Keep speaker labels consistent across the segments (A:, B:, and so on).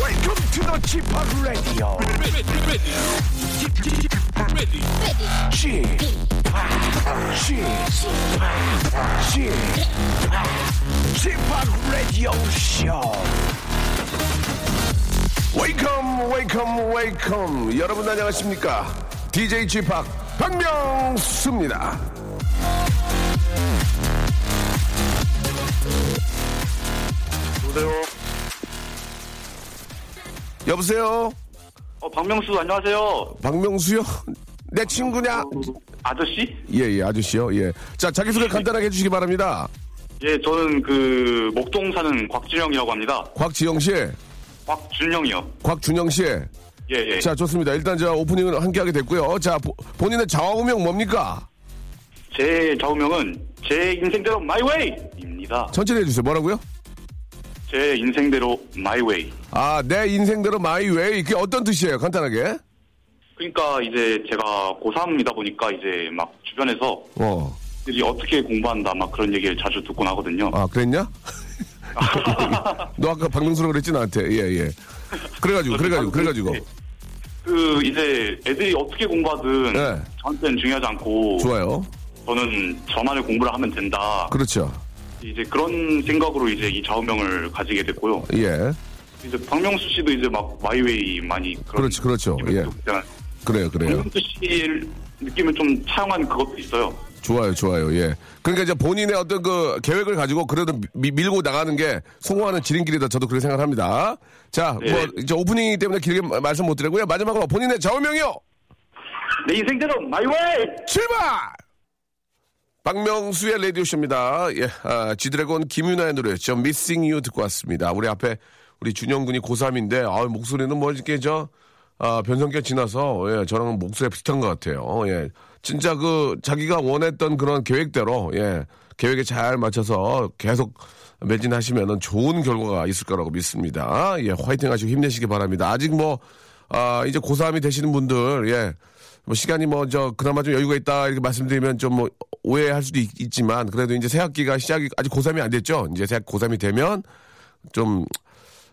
A: Welcome to the g p Hop Radio. g p Hop Radio Show. Welcome, welcome, welcome. 여러분 안녕하십니까? DJ g p Hop 박명수입니다. 여보세요,
B: 어, 박명수 안녕하세요.
A: 박명수요? 내 친구냐?
B: 아저씨?
A: 예, 예, 아저씨요. 예. 자, 자기소개 간단하게 해주시기 바랍니다.
B: 예, 저는 그 목동 사는 곽준영이라고 합니다.
A: 곽지영 씨,
B: 곽준영이요.
A: 곽준영 씨.
B: 예, 예.
A: 자, 좋습니다. 일단 저 오프닝은 함께 하게 됐고요. 자, 보- 본인의 좌우명 뭡니까?
B: 제 좌우명은 제 인생대로 마이웨이입니다.
A: 천천히 해주세요. 뭐라고요?
B: 제 인생대로 마이웨이.
A: 아, 내 인생대로 마이웨이. 그게 어떤 뜻이에요? 간단하게.
B: 그러니까 이제 제가 고3이다 보니까 이제 막 주변에서
A: 어.
B: 들이 어떻게 공부한다 막 그런 얘기를 자주 듣곤 하거든요.
A: 아, 그랬냐? 너 아까 박명수라고 그랬지, 나한테. 예, 예. 그래가지고, 그래가지고, 그래가지고.
B: 그 이제 애들이 어떻게 공부하든
A: 네.
B: 저한테는 중요하지 않고
A: 좋아요.
B: 저는 저만의 공부를 하면 된다.
A: 그렇죠.
B: 이제 그런 생각으로 이제 이 좌우명을 가지게 됐고요.
A: 예.
B: 이제 박명수 씨도 이제 막 마이웨이 많이 그런
A: 그렇지, 그렇죠.
B: 느낌이
A: 예.
B: 좀 있잖아요.
A: 그래요, 그래요.
B: 박명수 씨 느낌을 좀 차용한 그것도 있어요.
A: 좋아요, 좋아요. 예. 그러니까 이제 본인의 어떤 그 계획을 가지고 그래도 미- 밀고 나가는 게 성공하는 지름길이다. 저도 그렇게 생각합니다. 자,
B: 네.
A: 뭐 이제 오프닝이기 때문에 길게 마- 말씀 못 드리고요. 마지막으로 본인의 좌우명이요.
B: 내 인생대로 마이웨이.
A: 출발! 박명수의 라디오쇼입니다. 예, 아, 지드래곤 김윤아의 노래였죠. Missing You 듣고 왔습니다. 우리 앞에 우리 준영군이 고3인데, 아, 목소리는 뭐 이렇게 저, 아, 변성기가 지나서, 예, 저랑 목소리가 비슷한 것 같아요. 어, 예. 진짜 그, 자기가 원했던 그런 계획대로, 예, 계획에 잘 맞춰서 계속 매진하시면은 좋은 결과가 있을 거라고 믿습니다. 예, 화이팅 하시고 힘내시기 바랍니다. 아직 뭐, 아, 이제 고3이 되시는 분들, 예, 뭐 시간이 뭐 저 그나마 좀 여유가 있다 이렇게 말씀드리면 좀 뭐 오해할 수도 있, 지만 그래도 이제 새 학기가 시작이 아직 고3이 안 됐죠. 이제 새 고3이 되면 좀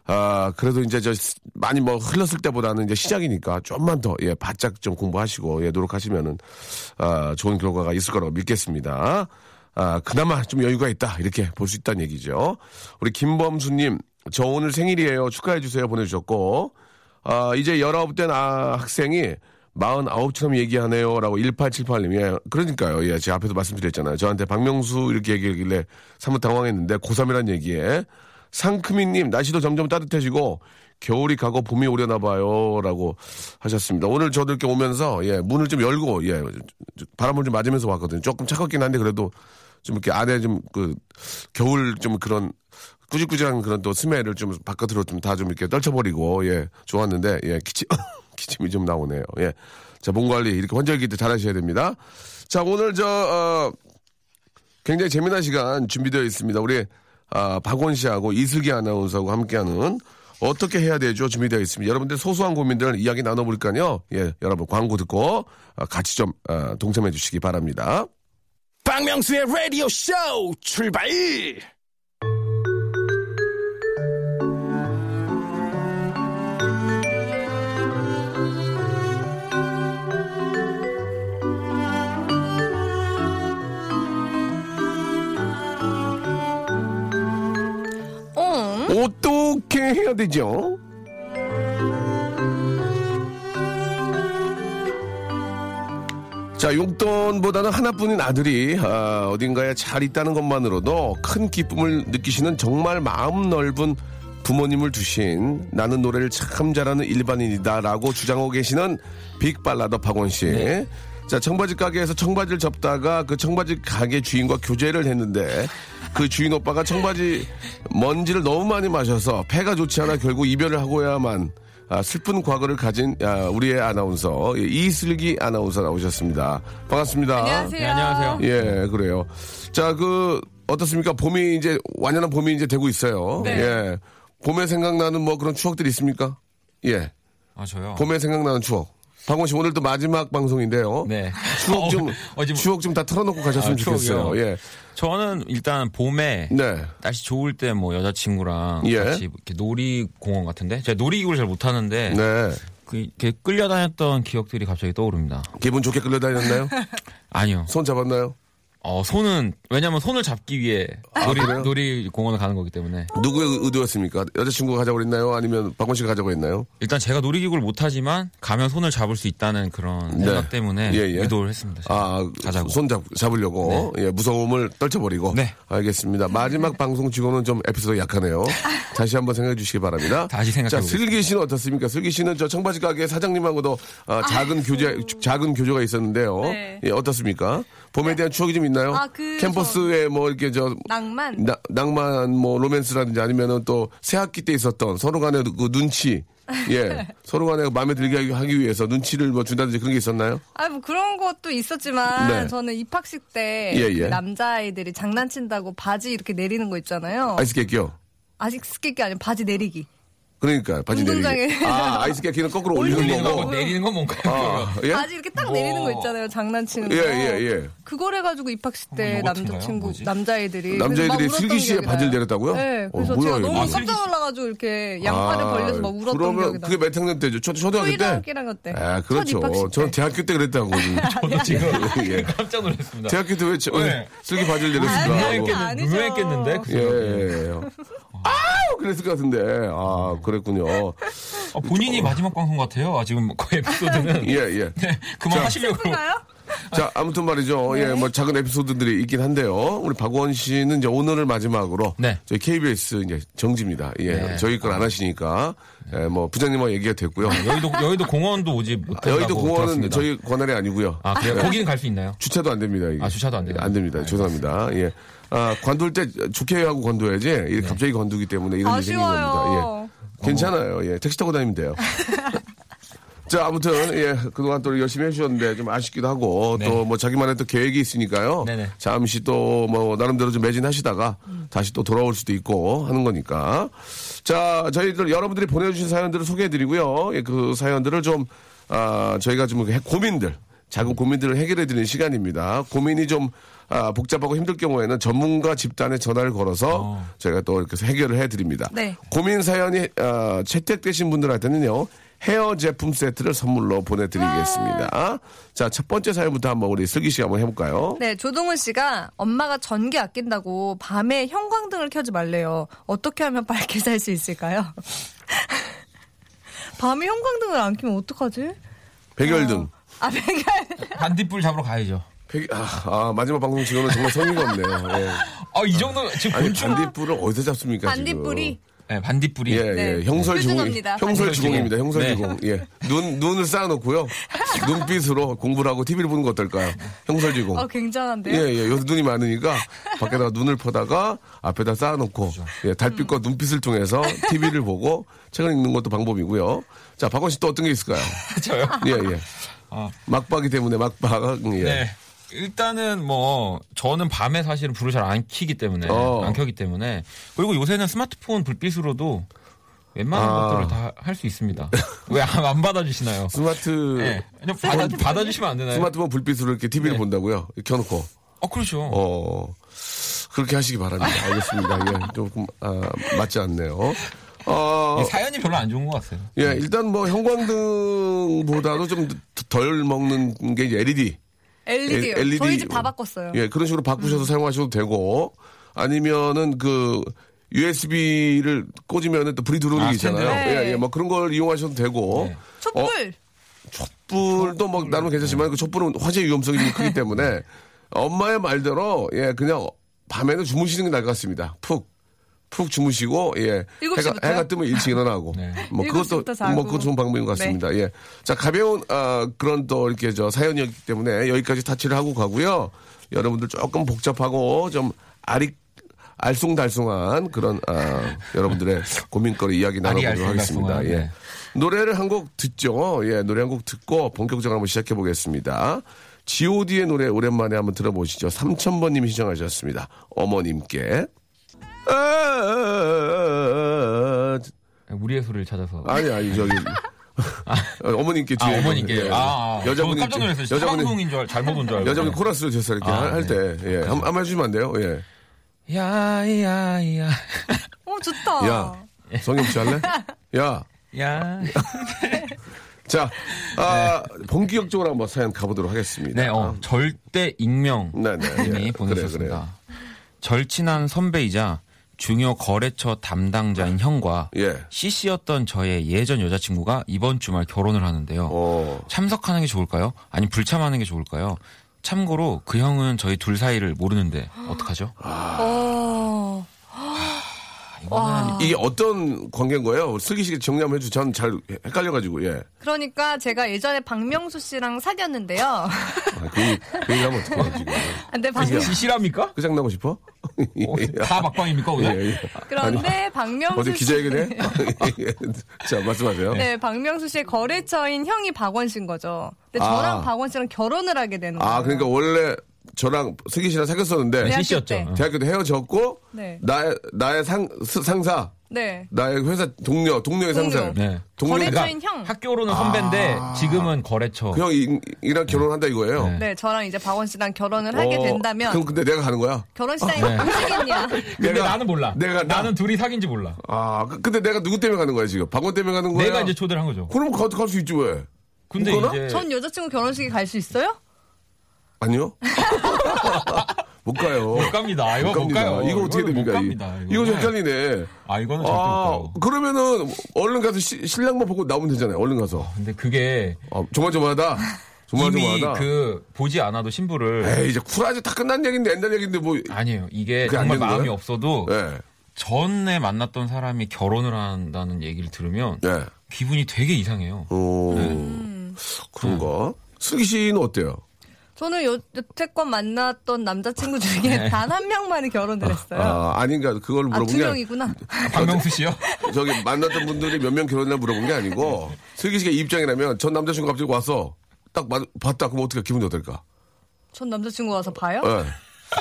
A: 아, 그래도 이제 저 시- 많이 뭐 흘렀을 때보다는 이제 시작이니까 좀만 더 예, 바짝 좀 공부하시고 예, 노력하시면은 아, 좋은 결과가 있을 거라고 믿겠습니다. 아, 그나마 좀 여유가 있다. 이렇게 볼 수 있다는 얘기죠. 우리 김범수 님, 저 오늘 생일이에요. 축하해 주세요 보내 주셨고 아, 이제 19된 아, 학생이 49처럼 얘기하네요. 라고 1878님. 예, 그러니까요. 예, 제가 앞에서 말씀드렸잖아요. 저한테 박명수 이렇게 얘기하길래 사뭇 당황했는데 고3이란 얘기에 상크미님, 날씨도 점점 따뜻해지고 겨울이 가고 봄이 오려나 봐요. 라고 하셨습니다. 오늘 저들 이렇게 오면서 예, 문을 좀 열고 예, 바람을 좀 맞으면서 왔거든요. 조금 차갑긴 한데 그래도 좀 이렇게 안에 좀 그 겨울 좀 그런 꾸질꾸질한 그런 또 스멜을 좀 바깥으로 좀 다 좀 이렇게 떨쳐버리고 예 좋았는데 예 기침 기침이 좀 나오네요 예자몸 관리 이렇게 환절기 때 잘하셔야 됩니다 자 오늘 저 어, 굉장히 재미난 시간 준비되어 있습니다 우리 아, 박원 씨하고 이슬기 아나운서하고 함께하는 어떻게 해야 되죠 준비되어 있습니다 여러분들 소소한 고민들 이야기 나눠볼까요 예 여러분 광고 듣고 아, 같이 좀 아, 동참해 주시기 바랍니다.
C: 박명수의 라디오 쇼 출발!
D: 응.
A: 어떻게 해야 되죠? 자, 용돈보다는 하나뿐인 아들이 아, 어딘가에 잘 있다는 것만으로도 큰 기쁨을 느끼시는 정말 마음 넓은 부모님을 두신 나는 노래를 참 잘하는 일반인이다라고 주장하고 계시는 빅발라더 박원 씨. 자, 청바지 가게에서 청바지를 접다가 그 청바지 가게 주인과 교제를 했는데 그 주인 오빠가 청바지 먼지를 너무 많이 마셔서 폐가 좋지 않아 결국 이별을 하고야만 아, 슬픈 과거를 가진 아, 우리의 아나운서 예, 이슬기 아나운서 나오셨습니다. 반갑습니다.
D: 아, 네, 안녕하세요.
E: 안녕하세요.
A: 예, 그래요. 자, 그 어떻습니까? 봄이 이제 완연한 봄이 이제 되고 있어요.
D: 네.
A: 예. 봄에 생각나는 뭐 그런 추억들이 있습니까? 예.
E: 아 저요.
A: 봄에 생각나는 추억. 박원 씨 오늘 또 마지막 방송인데요.
E: 네.
A: 추억 좀
E: 어, 어, 지금-
A: 추억 좀 다 털어놓고 가셨으면
E: 아,
A: 좋겠어요.
E: 추억이요?
A: 예.
E: 저는 일단 봄에
A: 네.
E: 날씨 좋을 때 뭐 여자친구랑
A: 예.
E: 같이 이렇게 놀이공원 같은데 제가 놀이기구를 잘 못하는데
A: 네.
E: 그 이렇게 끌려다녔던 기억들이 갑자기 떠오릅니다.
A: 기분 좋게 끌려다녔나요?
E: 아니요.
A: 손 잡았나요?
E: 어 손은 왜냐면 손을 잡기 위해 놀이
A: 아, 그래요?
E: 놀이공원을 가는 거기 때문에
A: 누구의 의도였습니까? 여자친구가 가자고 했나요? 아니면 박원 씨가 가자고 했나요?
E: 일단 제가 놀이기구를 못하지만 가면 손을 잡을 수 있다는 그런
A: 네.
E: 생각 때문에
A: 예, 예.
E: 유도를 했습니다. 제가.
A: 아,
E: 가자고.
A: 손 잡, 잡으려고. 예, 무서움을 떨쳐버리고.
E: 네.
A: 알겠습니다. 마지막 방송 직원은 좀 에피소드 약하네요. 다시 한번 생각해 주시기 바랍니다.
E: 다시 생각해
A: 자, 슬기 씨는 어떻습니까? 슬기 씨는 저 청바지 가게 사장님하고도 아, 작은 교제, 작은 교조가 있었는데요.
F: 네.
A: 예, 어떻습니까? 봄에 대한 추억이 좀 있나요?
F: 아, 그
A: 캠퍼스에 뭐 이렇게 저
F: 낭만.
A: 나- 낭만 뭐 로맨스라든지 아니면은 또 새학기 때 있었던 서로 간의 그 눈치 예 서로 간에 마음에 들게 하기 위해서 눈치를 뭐 준다든지 그런 게 있었나요?
F: 아, 뭐 그런 것도 있었지만
A: 네.
F: 저는 입학식 때
A: 예, 예.
F: 그 남자아이들이 장난친다고 바지 이렇게 내리는 거 있잖아요.
A: 아이스 깨끼요.
F: 아직 스케게 아니라 바지 내리기.
A: 그러니까 바지
F: 운동장에.
A: 내리기. 아 아이스 깨끼는 거꾸로 올리는
E: 올리는
A: 거고.
E: 거고 내리는 건 뭔가
A: 어. 아 예.
F: 바지 이렇게 딱 내리는 거 있잖아요. 장난치는 거.
A: 예, 예, 예.
F: 그걸 해가지고 입학식 때
E: 요거 같은가요?
F: 남자친구,
E: 뭐지?
F: 남자애들이.
A: 남자애들이
F: 그래서 막 울었던
A: 슬기 씨의
F: 기억이
A: 바지를
F: 나요.
A: 내렸다고요?
F: 네. 그래서
A: 어, 뭐야,
F: 제가
A: 이거.
E: 아,
F: 너무 깜짝 놀라가지고 이렇게 양팔을 벌려서 막 울었던
A: 아, 그러면
F: 기억이 나요.
A: 그게 몇 학년 때죠? 초, 초등학교 때?
F: 초일학기랑 그때.
A: 아,
F: 첫
A: 그렇죠.
F: 입학식
A: 전
F: 때.
A: 대학교 때 그랬다고.
E: 저도 지금
A: 예.
E: 깜짝 놀랐습니다.
A: 대학교 때 왜 저-
E: 네. 그러니까.
A: 슬기 바지를 내렸을까? 하고.
F: 아니죠. 아니죠.
E: 유명했겠는데 그
A: 뭐 예,
E: 생각이.
A: 예, 예. 아우! 그랬을 것 같은데. 아, 그랬군요.
E: 아, 본인이 마지막 방송 같아요. 아, 지금 그 에피소드는
A: 예, 예.
E: 네, 그만 하시려고.
F: 슬픈가요?
A: 자, 아무튼 말이죠.
F: 네.
A: 예, 뭐 작은 에피소드들이 있긴 한데요. 우리 박원 씨는 이제 오늘을 마지막으로
E: 네.
A: 저희 KBS 이제 정지입니다. 예,
E: 네.
A: 저희 걸 안 하시니까 예, 뭐 부장님하고 얘기가 됐고요.
E: 아, 여의도 여의도 공원도 오지 못한다고
A: 여의도 공원은
E: 들었습니다.
A: 저희 권한이 아니고요.
E: 아 그래요? 거기는 갈 수 있나요?
A: 주차도 안 됩니다. 이게.
E: 아, 주차도 안 돼요?
A: 안 됩니다. 죄송합니다. 예. 아, 관둘 때 좋게 하고 관둬야지. 이렇게
E: 네.
A: 갑자기 관두기 때문에 이런 일이 생긴
F: 아쉬워요.
A: 겁니다. 예. 괜찮아요. 예. 택시 타고 다니면 돼요. 자, 아무튼, 예, 그동안 또 열심히 해주셨는데 좀 아쉽기도 하고
E: 네.
A: 또 뭐 자기만의 또 계획이 있으니까요.
E: 네네.
A: 잠시 또 뭐 나름대로 좀 매진하시다가 다시 또 돌아올 수도 있고 하는 거니까. 자, 저희들 여러분들이 보내주신 사연들을 소개해드리고요. 예, 그 사연들을 좀, 아, 저희가 좀 해- 고민들, 작은 고민들을 해결해드리는 시간입니다. 고민이 좀 아, 복잡하고 힘들 경우에는 전문가 집단에 전화를 걸어서 저희가 또 이렇게 해서 해결을 해드립니다.
F: 네.
A: 고민 사연이 아, 채택되신 분들한테는요. 헤어 제품 세트를 선물로 보내드리겠습니다. 자, 첫 번째 사연부터 한번 우리 슬기 씨가 한번 해볼까요?
F: 네, 조동훈 씨가 엄마가 전기 아낀다고 밤에 형광등을 켜지 말래요. 어떻게 하면 밝게 살 수 있을까요? 밤에 형광등을 안 켜면 어떡하지?
A: 백열등.
F: 아, 백열.
E: 반딧불 잡으러 가야죠.
A: 백- 아, 아, 마지막 방송 지금은 정말 성의가 없네요. 예.
E: 아 이 정도 지금
A: 아니,
E: 곤충.
A: 반딧불을 어디서 잡습니까?
F: 반딧불이.
E: 네, 반딧불이.
A: 지금? 예, 예.
F: 네.
A: 형설지공.
F: 표준어입니다.
A: 형설지공입니다.
E: 반딧불.
A: 형설지공. 예. 눈, 눈을 쌓아놓고요. 눈빛으로 공부를 하고 TV를 보는 거 어떨까요? 형설지공.
F: 어, 굉장한데요?
A: 예, 예. 요새 눈이 많으니까 밖에다가 눈을 퍼다가 앞에다 쌓아놓고 예, 달빛과 눈빛을 통해서 TV를 보고 책을 읽는 것도 방법이고요. 자, 박원 씨 또 어떤 게 있을까요?
E: 저요.
A: 예, 예.
E: 아.
A: 막바기 때문에 막박. 예.
E: 네. 일단은 뭐 저는 밤에 사실은 불을 잘 안 켜기 때문에
A: 어.
E: 안 켜기 때문에 그리고 요새는 스마트폰 불빛으로도 웬만한
A: 아.
E: 것들을 다 할 수 있습니다. 왜 안 받아주시나요?
A: 스마트
E: 네. 그냥 받아, 받아주시면 안
F: 네.
E: 되나요?
A: 예. 스마트폰 불빛으로 이렇게 TV를 본다고요? 켜놓고.
E: 어 그렇죠.
A: 어, 그렇게 하시기 바랍니다. 알겠습니다. 예, 조금, 아, 맞지 않네요. 어,
E: 이 사연이 별로 안 좋은 것 같아요.
F: 네.
A: 예, 일단 뭐 형광등보다도 좀 덜 먹는 게 이제 LED.
F: LED요.
A: LED.
F: 저희 집 다 바꿨어요. 음.
A: 예, 그런 식으로 바꾸셔서 사용하셔도 되고, 아니면은 그, USB를 꽂으면 또 불이 들어오는
E: 아,
A: 게 있잖아요.
F: 스탠드.
A: 예, 예, 뭐 그런 걸 이용하셔도 되고.
E: 네.
F: 촛불.
A: 어, 촛불도 뭐 나름 괜찮지만 그 촛불은 화재 위험성이 좀 크기 때문에 엄마의 말대로 예 그냥 밤에는 주무시는 게 나을 것 같습니다. 푹. 푹 주무시고 예
F: 일곱
A: 해가,
F: 시부터요?
A: 해가 뜨면 일찍 일어나고
E: 네.
A: 뭐
F: 일곱
A: 그것도
F: 시부터 자고. 네.
A: 뭐 그것 좋은 방법인 것 같습니다 예자 가벼운 아 그런 또 이렇게 저 사연이었기 때문에 여기까지 타치를 하고 가고요 여러분들 조금 복잡하고 좀 아리 알쏭달쏭한 그런 아, 여러분들의 고민거리 이야기 나눠보도록
E: 알쏭달쏭한,
A: 하겠습니다. 예.
E: 네.
A: 노래를 한 곡 듣죠. 예, 노래 한 곡 듣고 본격적으로 한번 시작해 보겠습니다. G.O.D의 노래 오랜만에 한번 들어보시죠. 3000번님이 시청하셨습니다. 어머님께. 아,
E: 우리의 소리를 찾아서.
A: 아니 아니 저기 어머님께
E: 아,
A: 뒤에
E: 어머니께.
A: 예.
E: 아, 아. 저는
A: 여자분이
E: 깜짝 놀랐어요. 여자분
A: 여자분이
E: 방송인 줄 알- 잘못 본 줄 알고.
A: 여자분이 코러스를 줬어요 이렇게
E: 아,
A: 할때
E: 네.
A: 예. 한번 한번 해주면 안 돼요 예.
E: 야야야.
F: 오 어, 좋다.
A: 야, 성형 씨 할래? 야,
E: 야.
A: 자, 아, 본격적으로 한번 사연 가보도록 하겠습니다.
E: 네, 어, 절대 익명.
A: 네, 네. 예. 그래요,
E: 님이 보내셨습니다. 절친한 선배이자 중요 거래처 담당자인 형과
A: 그래요. 예.
E: CC였던 저의 예전 여자친구가 이번 주말 결혼을 하는데요.
A: 어,
E: 참석하는 게 좋을까요? 아니 불참하는 게 좋을까요? 참고로 그 형은 저희 둘 사이를 모르는데 어떡하죠?
F: 어. 아.
E: 이거는
A: 이게 어떤 관계인 거예요? 슬기 씨 정리하면 해주. 전 잘 헷갈려가지고 예.
F: 그러니까 제가 예전에 박명수 씨랑 사귀었는데요.
A: 아, 그, 그 얘기를 하면 어떡해요 지금?
F: 근데 박명
E: 시시랍니까?
A: 끝장 나고 싶어?
E: 다 막방입니까 오늘?
A: 예, 예.
F: 그런데 박명수
A: 어제
F: 씨-
A: 기자회견해? 예. 자, 말씀하세요.
F: 네, 박명수 씨의 거래처인 형이 박원 씨인 거죠. 근데
A: 아.
F: 저랑 박원 씨랑 결혼을 하게 되는 거예요.
A: 아, 그러니까 네. 원래 저랑 슬기 씨랑 사귀었었는데
F: 대학교
E: CC였죠.
F: 때.
A: 대학교 때 헤어졌고
F: 네.
A: 나의 나의 상 스- 상사
F: 네.
A: 나의 회사 동료 동료의
F: 동료.
A: 상사
E: 네.
A: 동료가
F: 거래처인 형.
E: 학교로는 선배인데
A: 아.
E: 지금은 거래처.
A: 그형이랑 결혼한다 이거예요.
E: 네.
F: 네, 저랑 이제 박원 씨랑 결혼을 하게
A: 어,
F: 된다면
A: 그럼 근데 내가 가는 거야.
F: 결혼식장에
E: 네.
F: 움직이냐?
E: 근데
A: 내가-
E: 나는 몰라.
A: 내가- 나-
E: 나는 둘이 사귄지 몰라.
A: 아 그- 근데 내가 누구 때문에 가는 거야 지금? 박원 때문에 가는 거야.
E: 내가 이제 초대를 한 거죠.
A: 그럼 가- 갈수 있지 왜?
E: 근데
A: 그거나?
E: 이제
F: 전 여자친구 결혼식에 갈 수 있어요?
A: 아니요. 못 가요.
E: 못 갑니다. 이거 못,
A: 갑니다.
E: 가요.
A: 이거 어떻게
E: 이거는
A: 됩니까?
E: 못 갑니다.
A: 이- 이거 좀 헷갈리네.
E: 아 이거는 절대
A: 아,
E: 못 가요.
A: 그러면은 얼른 가서 시- 신랑만 보고 나오면 되잖아요. 얼른 가서.
E: 근데 그게
A: 아, 조마조마하다.
E: 이미
A: 조마조마하다.
E: 그 보지 않아도 신부를
A: 에이 이제 쿨하지 다 끝난 얘기인데 옛날 얘기인데 뭐.
E: 아니에요. 이게
A: 그게 안
E: 정말
A: 되는
E: 마음이
A: 거예요?
E: 없어도
A: 예.
E: 전에 만났던 사람이 결혼을 한다는 얘기를 들으면
A: 예.
E: 기분이 되게 이상해요.
A: 오.
F: 음.
A: 그런가? 슬기 씨는 어때요?
F: 저는 여, 여태껏 만났던 남자친구
E: 네.
F: 중에 단 한 명만이 결혼을 했어요.
A: 아, 아닌가. 그걸
F: 아,
A: 물어본
F: 두
A: 게. 아니-
F: 명이구나.
E: 박명수 씨요?
A: 저기 만났던 분들이 몇 명 결혼했나 물어본 게 아니고, 슬기 씨가 이 입장이라면 전 남자친구 갑자기 와서 딱 마- 봤다. 그럼 어떻게 기분이 어떨까?
F: 전 남자친구 와서 봐요?
A: 예.
F: 어?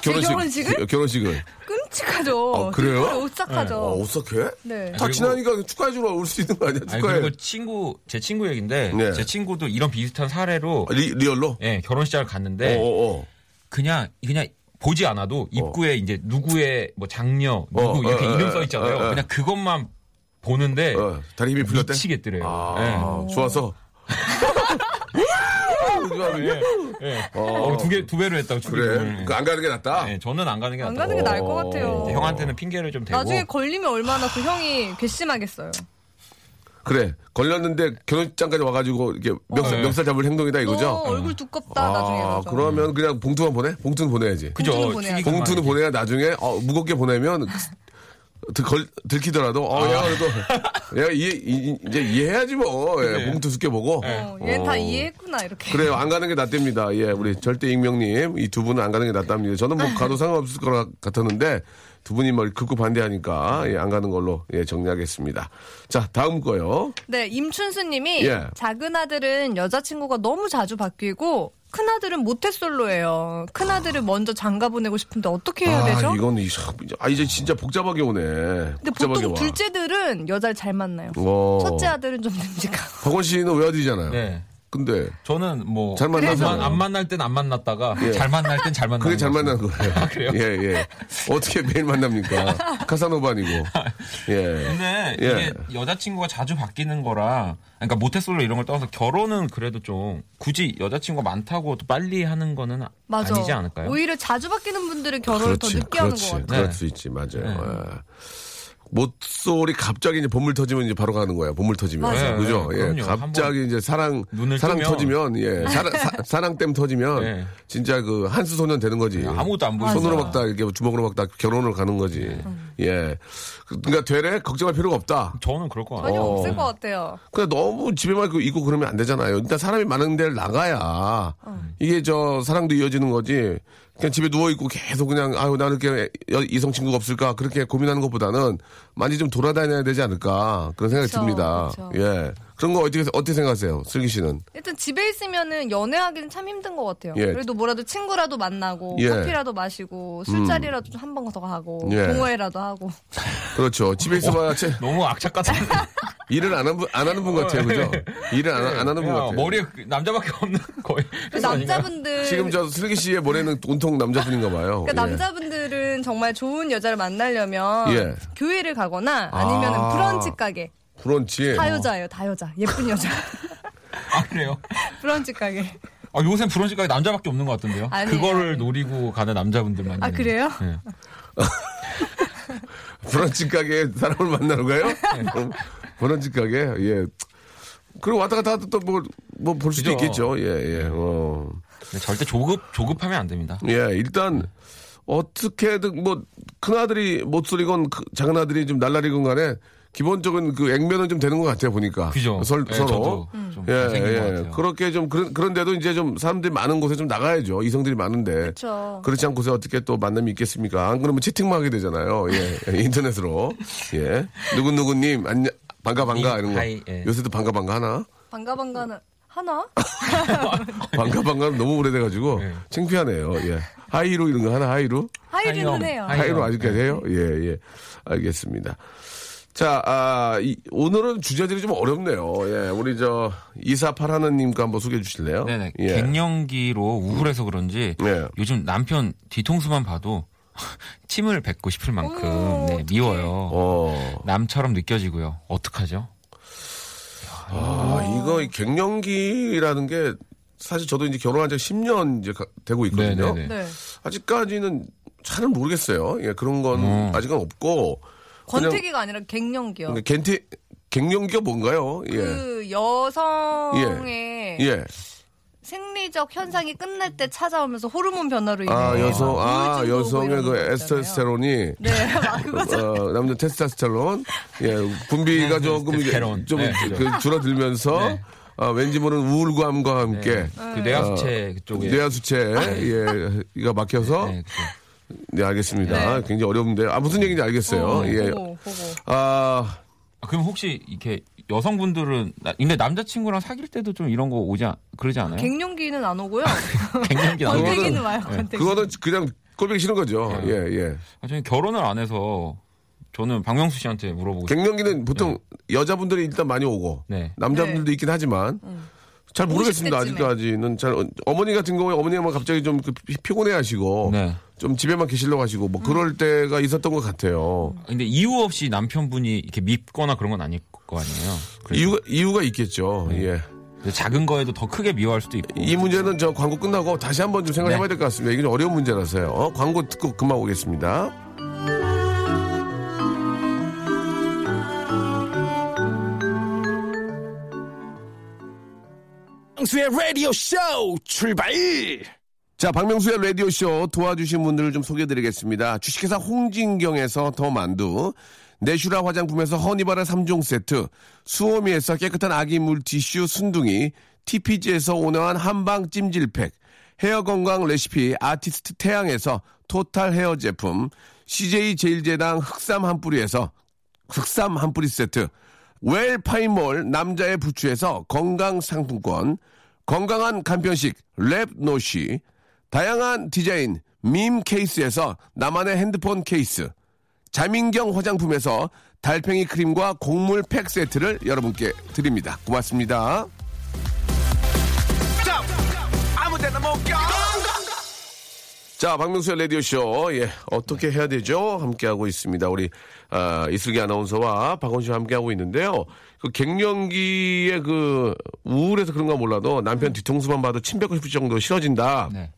F: 결혼식을?
A: 예, 결혼식을.
F: 끔찍하죠.
A: 어, 그래요?
F: 되게 오싹하죠.
A: 어, 오싹해?
F: 네.
A: 다 지나니까 축하해주러 올 수 있는 거 아니야?
E: 아, 아니,
A: 축하해.
E: 그리고 친구 제 친구 얘긴데
A: 네.
E: 제 친구도 이런 비슷한 사례로
A: 아, 리, 리얼로?
E: 예, 결혼식장을 갔는데
A: 어어어.
E: 그냥 그냥 보지 않아도 입구에 이제 누구의 뭐 장녀 누구
A: 어,
E: 이렇게
A: 어,
E: 이름
A: 어,
E: 써 있잖아요.
A: 어, 어.
E: 그냥 그것만 보는데
A: 어, 다리 힘이 풀렸대?
E: 네. 미치겠더래요.
A: 아,
E: 네. 어.
A: 좋아서.
E: 예. 예. 어, 두 개 두 배로 했다고 축의금을.
A: 아. 그래. 그 안 가는 게 낫다.
E: 예, 저는 안 가는 게
F: 안
E: 낫다고.
F: 가는 게 나을 것
A: 어,
F: 같아요.
E: 이제 형한테는 핑계를 좀 대고
A: 뭐.
F: 나중에 걸리면 얼마나 그 형이 괘씸하겠어요.
A: 그래 걸렸는데 결혼장까지 와가지고 이렇게 명살,
E: 네.
A: 명살 잡을 행동이다 이거죠?
F: 어, 얼굴 두껍다 나중에. 그렇죠.
A: 아
F: 그러죠.
A: 그러면 그냥 봉투만 보내? 봉투는 보내야지.
E: 그죠.
F: 봉투는
E: 축의금만
A: 봉투는
E: 이렇게.
A: 보내야 나중에 어, 무겁게 보내면 드- 걸- 들키더라도 어
E: 아.
A: 얘가 그래도 얘가 이해 이, 제 이해해야지 뭐 예,
E: 네.
A: 봉투 두께 보고
F: 어, 얘는 다 이해했구나 이렇게.
A: 그래요 안 가는 게 낫답니다. 예 우리 절대 익명님 이 두 분은 안 가는 게 낫답니다. 저는 뭐 가도 상관없을 것 같았는데 두 분이 뭐 극구 반대하니까 예, 안 가는 걸로 예 정리하겠습니다. 자 다음 거요.
F: 네, 임춘수님이
A: 예.
F: 작은 아들은 여자친구가 너무 자주 바뀌고 큰 아들은 모태솔로예요. 큰 아들을 먼저 장가 보내고 싶은데 어떻게 해야 되죠?
A: 아, 이건 이- 아 이제 진짜 복잡하게 오네.
F: 근데
A: 복잡하게
F: 보통
A: 와.
F: 둘째들은 여자를 잘 만나요.
A: 어.
F: 첫째 아들은 좀 듬직하고.
A: 박원 씨는 외아들이잖아요.
E: 네.
A: 근데
E: 저는 뭐.
A: 잘 만나잖아요. 예.
E: 안, 만- 안 만날 땐 안 만났다가 잘 만날 땐 잘 만나.
A: 그게 잘 만난 거예요.
E: 아, 그래요?
A: 예, 예. 어떻게 매일 만납니까? 카사노바 아니고. 예.
E: 근데
A: 예.
E: 이게 여자친구가 자주 바뀌는 거라, 그러니까 모태솔로 이런 걸 떠나서 결혼은 그래도 좀 굳이 여자친구가 많다고 또 빨리 하는 거는 아-
F: 맞아.
E: 아니지 않을까요?
F: 오히려 자주 바뀌는 분들은 결혼을 더 늦게 하는 것
A: 그렇지.
F: 같아요.
A: 그럴
E: 네.
A: 수 있지, 맞아요. 예. 모쏠이 갑자기 이제 보물 터지면 이제 바로 가는 거예요. 보물 터지면.
E: 맞아요.
A: 그죠?
E: 네,
A: 예.
E: 그럼요.
A: 갑자기 이제 사랑,
E: 눈을
A: 사랑
E: 뜨면.
A: 터지면, 예. 사랑, 사, 랑댐 터지면,
E: 네.
A: 진짜 그 한수소년 되는 거지.
E: 아무것도 안 네. 보이잖아.
A: 손으로 막 다 이렇게 주먹으로 막 다 결혼을 가는 거지. 예. 그러니까 되레 걱정할 필요가 없다. 어.
E: 저는 그럴 것 같아요.
F: 전혀 없을 것 같아요.
A: 그냥 너무 집에만 있고, 있고
F: 어.
A: 그러면 안 되잖아요. 일단 사람이 많은 데를 나가야 이게 저 사랑도 이어지는 거지. 그냥 집에 누워 있고 계속 그냥 아유 나는 이렇게 여- 이성 친구가 없을까 그렇게 고민하는 것보다는 많이 좀 돌아다녀야 되지 않을까 그런 생각이
F: 그쵸,
A: 듭니다.
F: 그쵸.
A: 예. 그런 거 어떻게 어떻게 생각하세요, 슬기 씨는?
F: 일단 집에 있으면은 연애하기는 참 힘든 것 같아요.
A: 예.
F: 그래도 뭐라도 친구라도 만나고
A: 예. 음.
F: 커피라도 마시고 술자리라도 좀 한 번 더 하고
A: 예.
F: 동호회라도 하고
A: 그렇죠. 집에 있어봐야 채-
E: 너무 악착 같은
A: 일을 안, 한 분- 안 하는 분 같아요, 그죠? 일을 안, 안 하는 분
E: 네. 야,
A: 같아요.
E: 머리에 그 남자밖에 없는 거의
F: 그
E: 회사 아닌가요?
F: 남자분들
A: 지금 예. 저 슬기 씨의 머리는 온통 남자분인가 봐요.
F: 그러니까 남자분들은 정말 좋은 여자를 만나려면
A: 예.
F: 교회를 가거나 아니면
A: 아.
F: 은 브런치 가게
A: 예. 브런치.
F: 다 여자예요 다 여자 예쁜 여자
E: 아 그래요?
F: 브런치 가게
E: 아, 요새 브런치 가게 남자밖에 없는 것 같던데요?
F: 아니에요.
E: 그거를 노리고 가는 남자분들만
F: 아,
E: 있는.
F: 그래요?
E: 예.
A: 브런치 가게 사람을 만나러 가요?
E: 네.
A: 브런치 가게? 예. 그리고 왔다 갔다 하다 또뭐뭐 볼 수도
E: 그죠.
A: 있겠죠. 예, 예. 어.
E: 근데 절대 조급 조급하면 안 됩니다.
A: 예, 일단 어떻게든 뭐 큰아들이 목소리건 그 작은아들이 좀 날라리건 간에 기본적인 그 액면은 좀 되는 것 같아요 보니까
E: 그죠?
A: 설,
E: 예,
A: 서로 예.
E: 저도
F: 음.
E: 좀 잘생긴 것 같아요.
A: 그렇게 좀 그런 그런데도 이제 좀 사람들이 많은 곳에 좀 나가야죠 이성들이 많은데
F: 그쵸.
A: 렇지 않은 곳에 어떻게 또 만남이 있겠습니까 안 그러면 채팅만 하게 되잖아요 예 예, 인터넷으로 예 누구누구님 안녕 반가 반가
E: 님,
A: 이런 거
E: 하이, 예.
A: 요새도 반가 반가 하나
F: 반가 반가는 하나
A: 반가 반가는 너무 오래돼가지고
E: 예.
A: 창피하네요 예 하이로 이런 거 하나 하이로
F: 하이리는
E: 하이영.
F: 해요
E: 하이-
A: 하이로
E: 하이요.
A: 아직까지 해요? 예, 예. 알겠습니다. 자, 아, 이- 오늘은 주제들이 좀 어렵네요. 예, 우리 저, 2481님과 한번 소개해 주실래요?
E: 네네.
A: 예.
E: 갱년기로 우울해서 그런지
A: 예.
E: 요즘 남편 뒤통수만 봐도 침을 뱉고 싶을 만큼
F: 어머,
E: 네, 미워요.
A: 어.
E: 남처럼 느껴지고요. 어떡하죠?
A: 아, 이거 이 갱년기라는 게 사실 저도 이제 결혼한 지 10년 이제 가- 되고 있거든요.
E: 네네네.
F: 네
A: 아직까지는 잘은 모르겠어요. 예, 그런 건
E: 음.
A: 아직은 없고. 그냥- 예.
F: 권태기가 아니라 갱년기요
A: 근데 갱티, 갱년기가 뭔가요? 예.
F: 그 여성의
A: 예.
F: 생리적 현상이 끝날 때 찾아오면서 호르몬 변화로 인해
A: 아, 여성, 아,
F: 우울증도 오고
A: 여성의
F: 뭐 이런
A: 그
F: 거 있잖아요.
A: 에스테스테론이
F: 네, 아, 그거
A: 어, 남자 테스토스테론 예 분비가 조금 이제
E: 테스토스테론.
A: 좀
E: 네,
A: 그 줄어들면서 아, 왠지 모르는 우울감과 함께
F: 네.
E: 그 뇌하수체 그쪽에.
A: 어. 뇌하 수체 예가 막혀서
E: 아, 네,
A: 네,
E: 그쪽.
A: 알겠습니다 굉장히 어려운데 아 무슨 얘기인지 알겠어요 예.
F: 보고 보고
A: 아
E: 아, 그럼 혹시 이렇게 여성분들은 나- 근데 남자친구랑 사귈 때도 좀 이런 거 오지 않- 그러지 않아요?
F: 갱년기는 안 오고요.
E: 갱년기 나오고.
F: 권태기는 와요. 권태기.
A: 아, 예, 그거는 그냥 꼴보기 싫은 거죠 예예
E: 아, 저는 결혼을 안 해서 저는 박명수 씨한테 물어보고 싶어요.
A: 갱년기는 보통 여자분들이 일단 많이 오고
E: 네.
A: 남자분들도 있긴 하지만 잘 모르겠습니다
F: 50대 쯤에.
A: 아직까지는 잘 어- 어머니 같은 경우에 어머니가 막 갑자기 좀 그 피- 피곤해하시고
E: 네.
A: 좀 집에만 계시려고 하시고 뭐 그럴 때가 있었던 것 같아요
E: 근데 이유 없이 남편분이 이렇게 밉거나 그런 건 아닐 거 아니에요. 그래서
A: 이유가 이유가 있겠죠 예.
E: 작은 거에도 더 크게 미워할 수도 있고.
A: 이 문제는 저 광고 끝나고 다시 한번 좀 생각해봐야 될 것 같습니다 이게 좀 어려운 문제라서요 어, 광고 듣고 금방 오겠습니다
C: 박명수의 라디오 쇼 출발!
A: 자 박명수의 라디오 쇼 도와주신 분들을 좀 소개해드리겠습니다 주식회사 홍진경에서 더 만두 내슈라 화장품에서 허니바라 3종 세트 수오미에서 깨끗한 아기 물티슈 순둥이 TPG에서 온화한 한방 찜질팩 헤어 건강 레시피 아티스트 태양에서 토탈 헤어 제품 CJ 제일제당 흑삼 한 뿌리에서 흑삼 한 뿌리 세트, 웰파이몰 남자의 부추에서 건강 상품권, 건강한 간편식 랩노시, 다양한 디자인 밈 케이스에서 나만의 핸드폰 케이스, 자민경 화장품에서 달팽이 크림과 곡물 팩 세트를 여러분께 드립니다. 고맙습니다. 자, 박명수의 라디오쇼, 예, 어떻게 해야 되죠? 함께하고 있습니다. 우리, 아, 이슬기 아나운서와 박원 씨와 함께하고 있는데요. 그 갱년기에 그, 우울해서 그런가 몰라도 남편 뒤통수만 봐도 침 뱉고 싶을 정도로 싫어진다.
E: 네.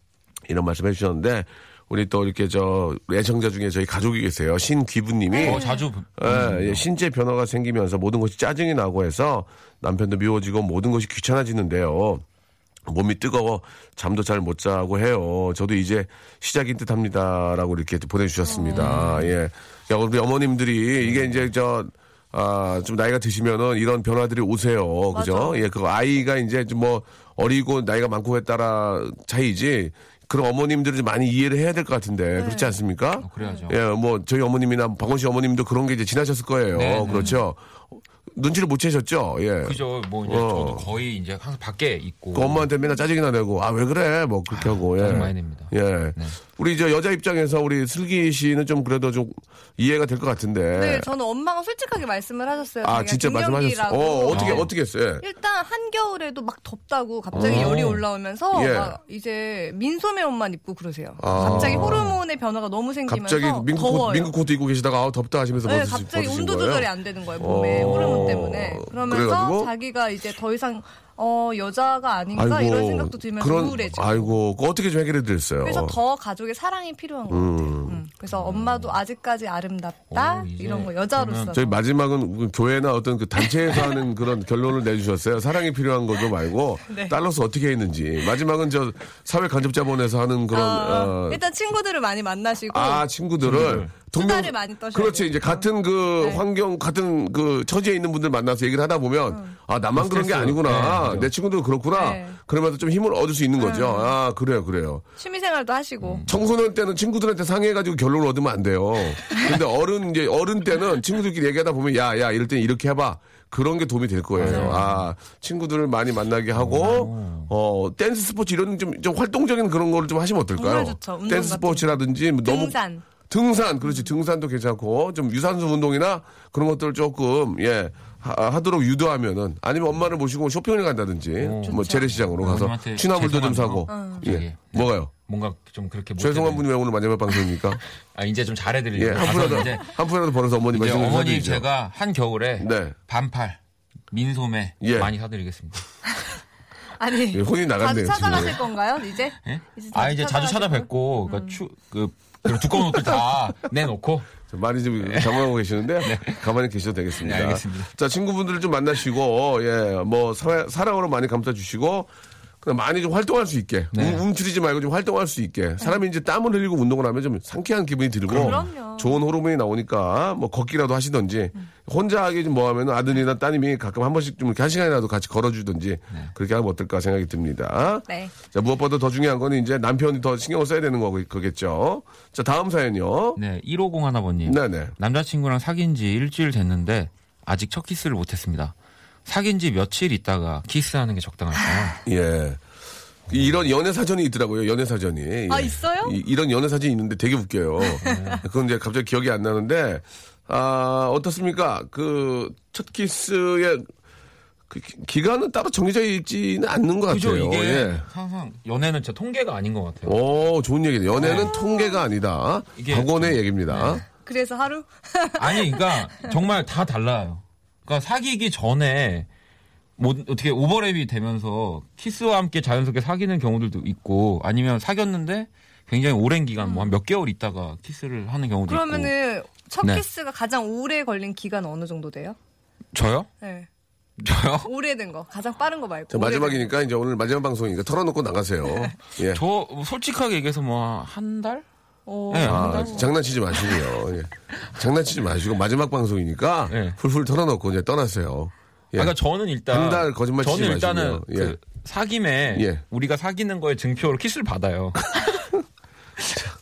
A: 이런 말씀 해주셨는데, 우리 또 이렇게 저, 애청자 중에 저희 가족이 계세요. 신귀부님이.
E: 어, 자주 부-
A: 예, 예, 신체 변화가 생기면서 모든 것이 짜증이 나고 해서 남편도 미워지고 모든 것이 귀찮아지는데요. 몸이 뜨거워 잠도 잘 못 자고 해요. 저도 이제 시작인 듯 합니다라고 이렇게 또 보내주셨습니다. 예. 야, 우리 어머님들이 이게 이제 저, 아, 좀 나이가 드시면은 이런 변화들이 오세요. 그죠?
F: 맞아요.
A: 예, 그 아이가 이제 좀 뭐 어리고 나이가 많고에 따라 차이지 그런 어머님들을 좀 많이 이해를 해야 될 것 같은데 네. 그렇지 않습니까?
E: 어, 그래야죠.
A: 예, 뭐 저희 어머님이나 박원 씨 어머님도 그런 게 이제 지나셨을 거예요.
E: 네, 네.
A: 그렇죠. 눈치를 못 채셨죠. 예.
E: 그죠. 뭐 이제
A: 어.
E: 저도 거의 이제 항상 밖에 있고.
A: 그 엄마한테 맨날 짜증이나 내고 아 왜 그래 뭐 그렇게 하고 예.
E: 짜증 많이 냅니다.
A: 예.
E: 네.
A: 우리 저 여자 입장에서 우리 슬기 씨는 좀 그래도 좀 이해가 될 것 같은데.
F: 네, 저는 그러니까 엄마가 솔직하게 말씀을 하셨어요.
A: 예. 아
F: 자기가
A: 진짜 말씀하셨어.
F: 갱년기라고.
A: 어 어떻게
E: 어.
A: 어떻게 했어요? 예.
F: 일단 한겨울에도 막 덥다고 갑자기
E: 어.
F: 열이 올라오면서
A: 예.
F: 막 이제 민소매 옷만 입고 그러세요.
A: 아.
F: 갑자기 호르몬의 변화가 너무 생기면서
A: 갑자기 민국
F: 더워요.
A: 코트, 민국 코트 입고 계시다가 아우 덥다 하시면서
F: 네,
A: 벗으시-
F: 갑자기
A: 벗으신
F: 온도
A: 거예요?
F: 조절이 안 되는 거예요 몸에
A: 어.
F: 호르몬 때문에 그러면서
A: 그래가지고?
F: 자기가 이제 더 이상 어 여자가 아닌가
A: 아이고,
F: 이런 생각도 들면서
A: 그런-
F: 우울해져.
A: 아이고 그거 어떻게 좀 해결해 드렸어요.
F: 그래서 더 가족의 사랑이 필요한 것 같아요. 음, 그래서 엄마도 아직까지 아름답다
E: 오, 이제
F: 이런 거 여자로서
A: 어, 저희 마지막은 그 교회나 어떤 그 단체에서 하는 그런 결론을 내주셨어요. 사랑이 필요한 것도 말고
F: 네.
A: 딸로서 어떻게 했는지. 마지막은 저 사회 간접자본에서 하는 그런
F: 어,
A: 어,
F: 일단 친구들을 많이 만나시고
A: 아 친구들을
F: 수다를 많이 떠셔야
A: 그렇지
F: 돼요.
A: 이제 같은 그
F: 네.
A: 환경 같은 그 처지에 있는 분들 만나서 얘기를 하다 보면 아 나만 그런 게
E: 스트레스.
A: 아니구나
E: 네,
A: 내 친구도 그렇구나
F: 음. 네. 음.
A: 그러면서 좀 힘을 얻을 수 있는 거죠. 아 그래요 그래요.
F: 취미생활도 하시고
A: 음. 청소년 때는 친구들한테 상의해가지고 결론을 얻으면 안 돼요. 근데 어른, 이제 어른 때는 친구들끼리 얘기하다 보면 야, 야, 이럴 땐 이렇게 해봐. 그런 게 도움이 될 거예요. 아, 친구들을 많이 만나게 하고, 어, 댄스 스포츠 이런 좀, 좀 활동적인 그런 거를 좀 하시면 어떨까요?
F: 정말 좋죠. 운동
A: 댄스
F: 같은
A: 스포츠라든지 뭐 너무.
F: 등산. 음.
A: 등산, 그렇지. 등산도 괜찮고, 좀 유산소 운동이나 그런 것들 조금, 예. 하- 하도록 유도하면은 아니면 엄마를 모시고 쇼핑을 간다든지
F: 어.
A: 뭐 재래시장으로 가서
E: 어머님한테
A: 취나물도 좀 사고
E: 죄송하네요.
A: 예
E: 예.
A: 뭐가요?
E: 뭔가 좀 그렇게 못
A: 죄송한
E: 해드리는-
A: 분이 왜 오늘 마지막 방송입니까?
E: 아 이제 좀 잘해드리려고
A: 예, 한
E: 가서
A: 푼이라도,
E: 이제
A: 한 푼이라도 벌어서 어머님
E: 이제
A: 말씀을
E: 어머님
A: 해드리죠.
E: 제가 한 겨울에
A: 네.
E: 반팔 민소매
A: 예.
E: 많이 사드리겠습니다.
F: 아니
A: 예, 혼이 나갔네요,
F: 자주 찾아가실
A: 지금.
F: 건가요 이제?
E: 예?
F: 이제 음.
E: 아 이제 자주
F: 찾아가실
E: 찾아뵙고 그러니까 추, 그 그런 두꺼운 옷들 다 내놓고
A: 저 많이 좀 당황하고 계시는데 가만히 계셔도 되겠습니다.
E: 네, 알겠습니다.
A: 자 친구분들 좀 만나시고 예뭐 사랑으로 많이 감싸주시고 그냥 많이 좀 활동할 수 있게
E: 네.
A: 움- 움츠리지 말고 좀 활동할 수 있게 사람이 이제 땀을 흘리고 운동을 하면 좀 상쾌한 기분이 들고
F: 네. 그럼요. 음.
A: 좋은 호르몬이 나오니까 뭐 걷기라도 하시던지 혼자 하기 좀 뭐하면 아들이나 따님이 가끔 한 번씩 좀 이렇게 한 시간이라도 같이 걸어주든지
E: 네.
A: 그렇게 하면 어떨까 생각이 듭니다.
F: 네.
A: 자, 무엇보다 더 중요한 거는 이제 남편이 더 신경을 써야 되는 거겠죠. 자, 다음 사연요.
E: 네 150 하나번님
A: 네네.
E: 남자친구랑 사귄 지 일주일 됐는데 아직 첫 키스를 못했습니다. 사귄 지 며칠 있다가 키스하는 게 적당할까요?
A: 예. 이런 연애 사전이 있더라고요. 연애 사전이. 예.
F: 아, 있어요? 네.
A: 이, 런 연애 사전이 있는데 되게 웃겨요. 그건 이제 갑자기 기억이 안 나는데 아 어떻습니까? 그 첫 키스의 그 기- 기간은 따로 정해져 있지는 않는 것
E: 그죠
A: 같아요.
E: 이게
A: 예.
E: 항상 연애는 진짜 통계가 아닌 것 같아요.
A: 오 좋은 얘기네. 연애는 통계가 아니다.
E: 이게 네.
A: 박원의 얘기입니다.
F: 거예요? 그래서 하루
E: 아니, 그러니까 정말 다 달라요. 그러니까 사귀기 전에 뭐 어떻게 오버랩이 되면서 키스와 함께 자연스럽게 사귀는 경우들도 있고 아니면 사귀었는데 굉장히 오랜 기간 뭐 한 몇 개월 있다가 키스를 하는 경우도 있고.
F: 그러면은 첫
E: 네.
F: 키스가 가장 오래 걸린 기간 어느 정도 돼요?
E: 저요?
F: 네.
E: 저요?
F: 오래된 거 가장 빠른 거 말고
A: 자, 마지막이니까 이제 오늘 마지막 방송이니까 털어놓고 나가세요.
E: 네.
A: 예.
E: 저 솔직하게 얘기해서 뭐 한 달?
F: 오.
E: 네, 한
A: 아,
E: 달?
A: 장난치지 마시고요. 예. 장난치지 마시고 마지막 방송이니까
E: 예.
A: 풀풀 털어놓고 이제 떠나세요. 예.
E: 그러니까 저는 일단
A: 한달 거짓말 치지
E: 저는 일단은
A: 마시고요. 예.
E: 그 사귐에
A: 예.
E: 우리가 사귀는 거에 증표로 키스를 받아요.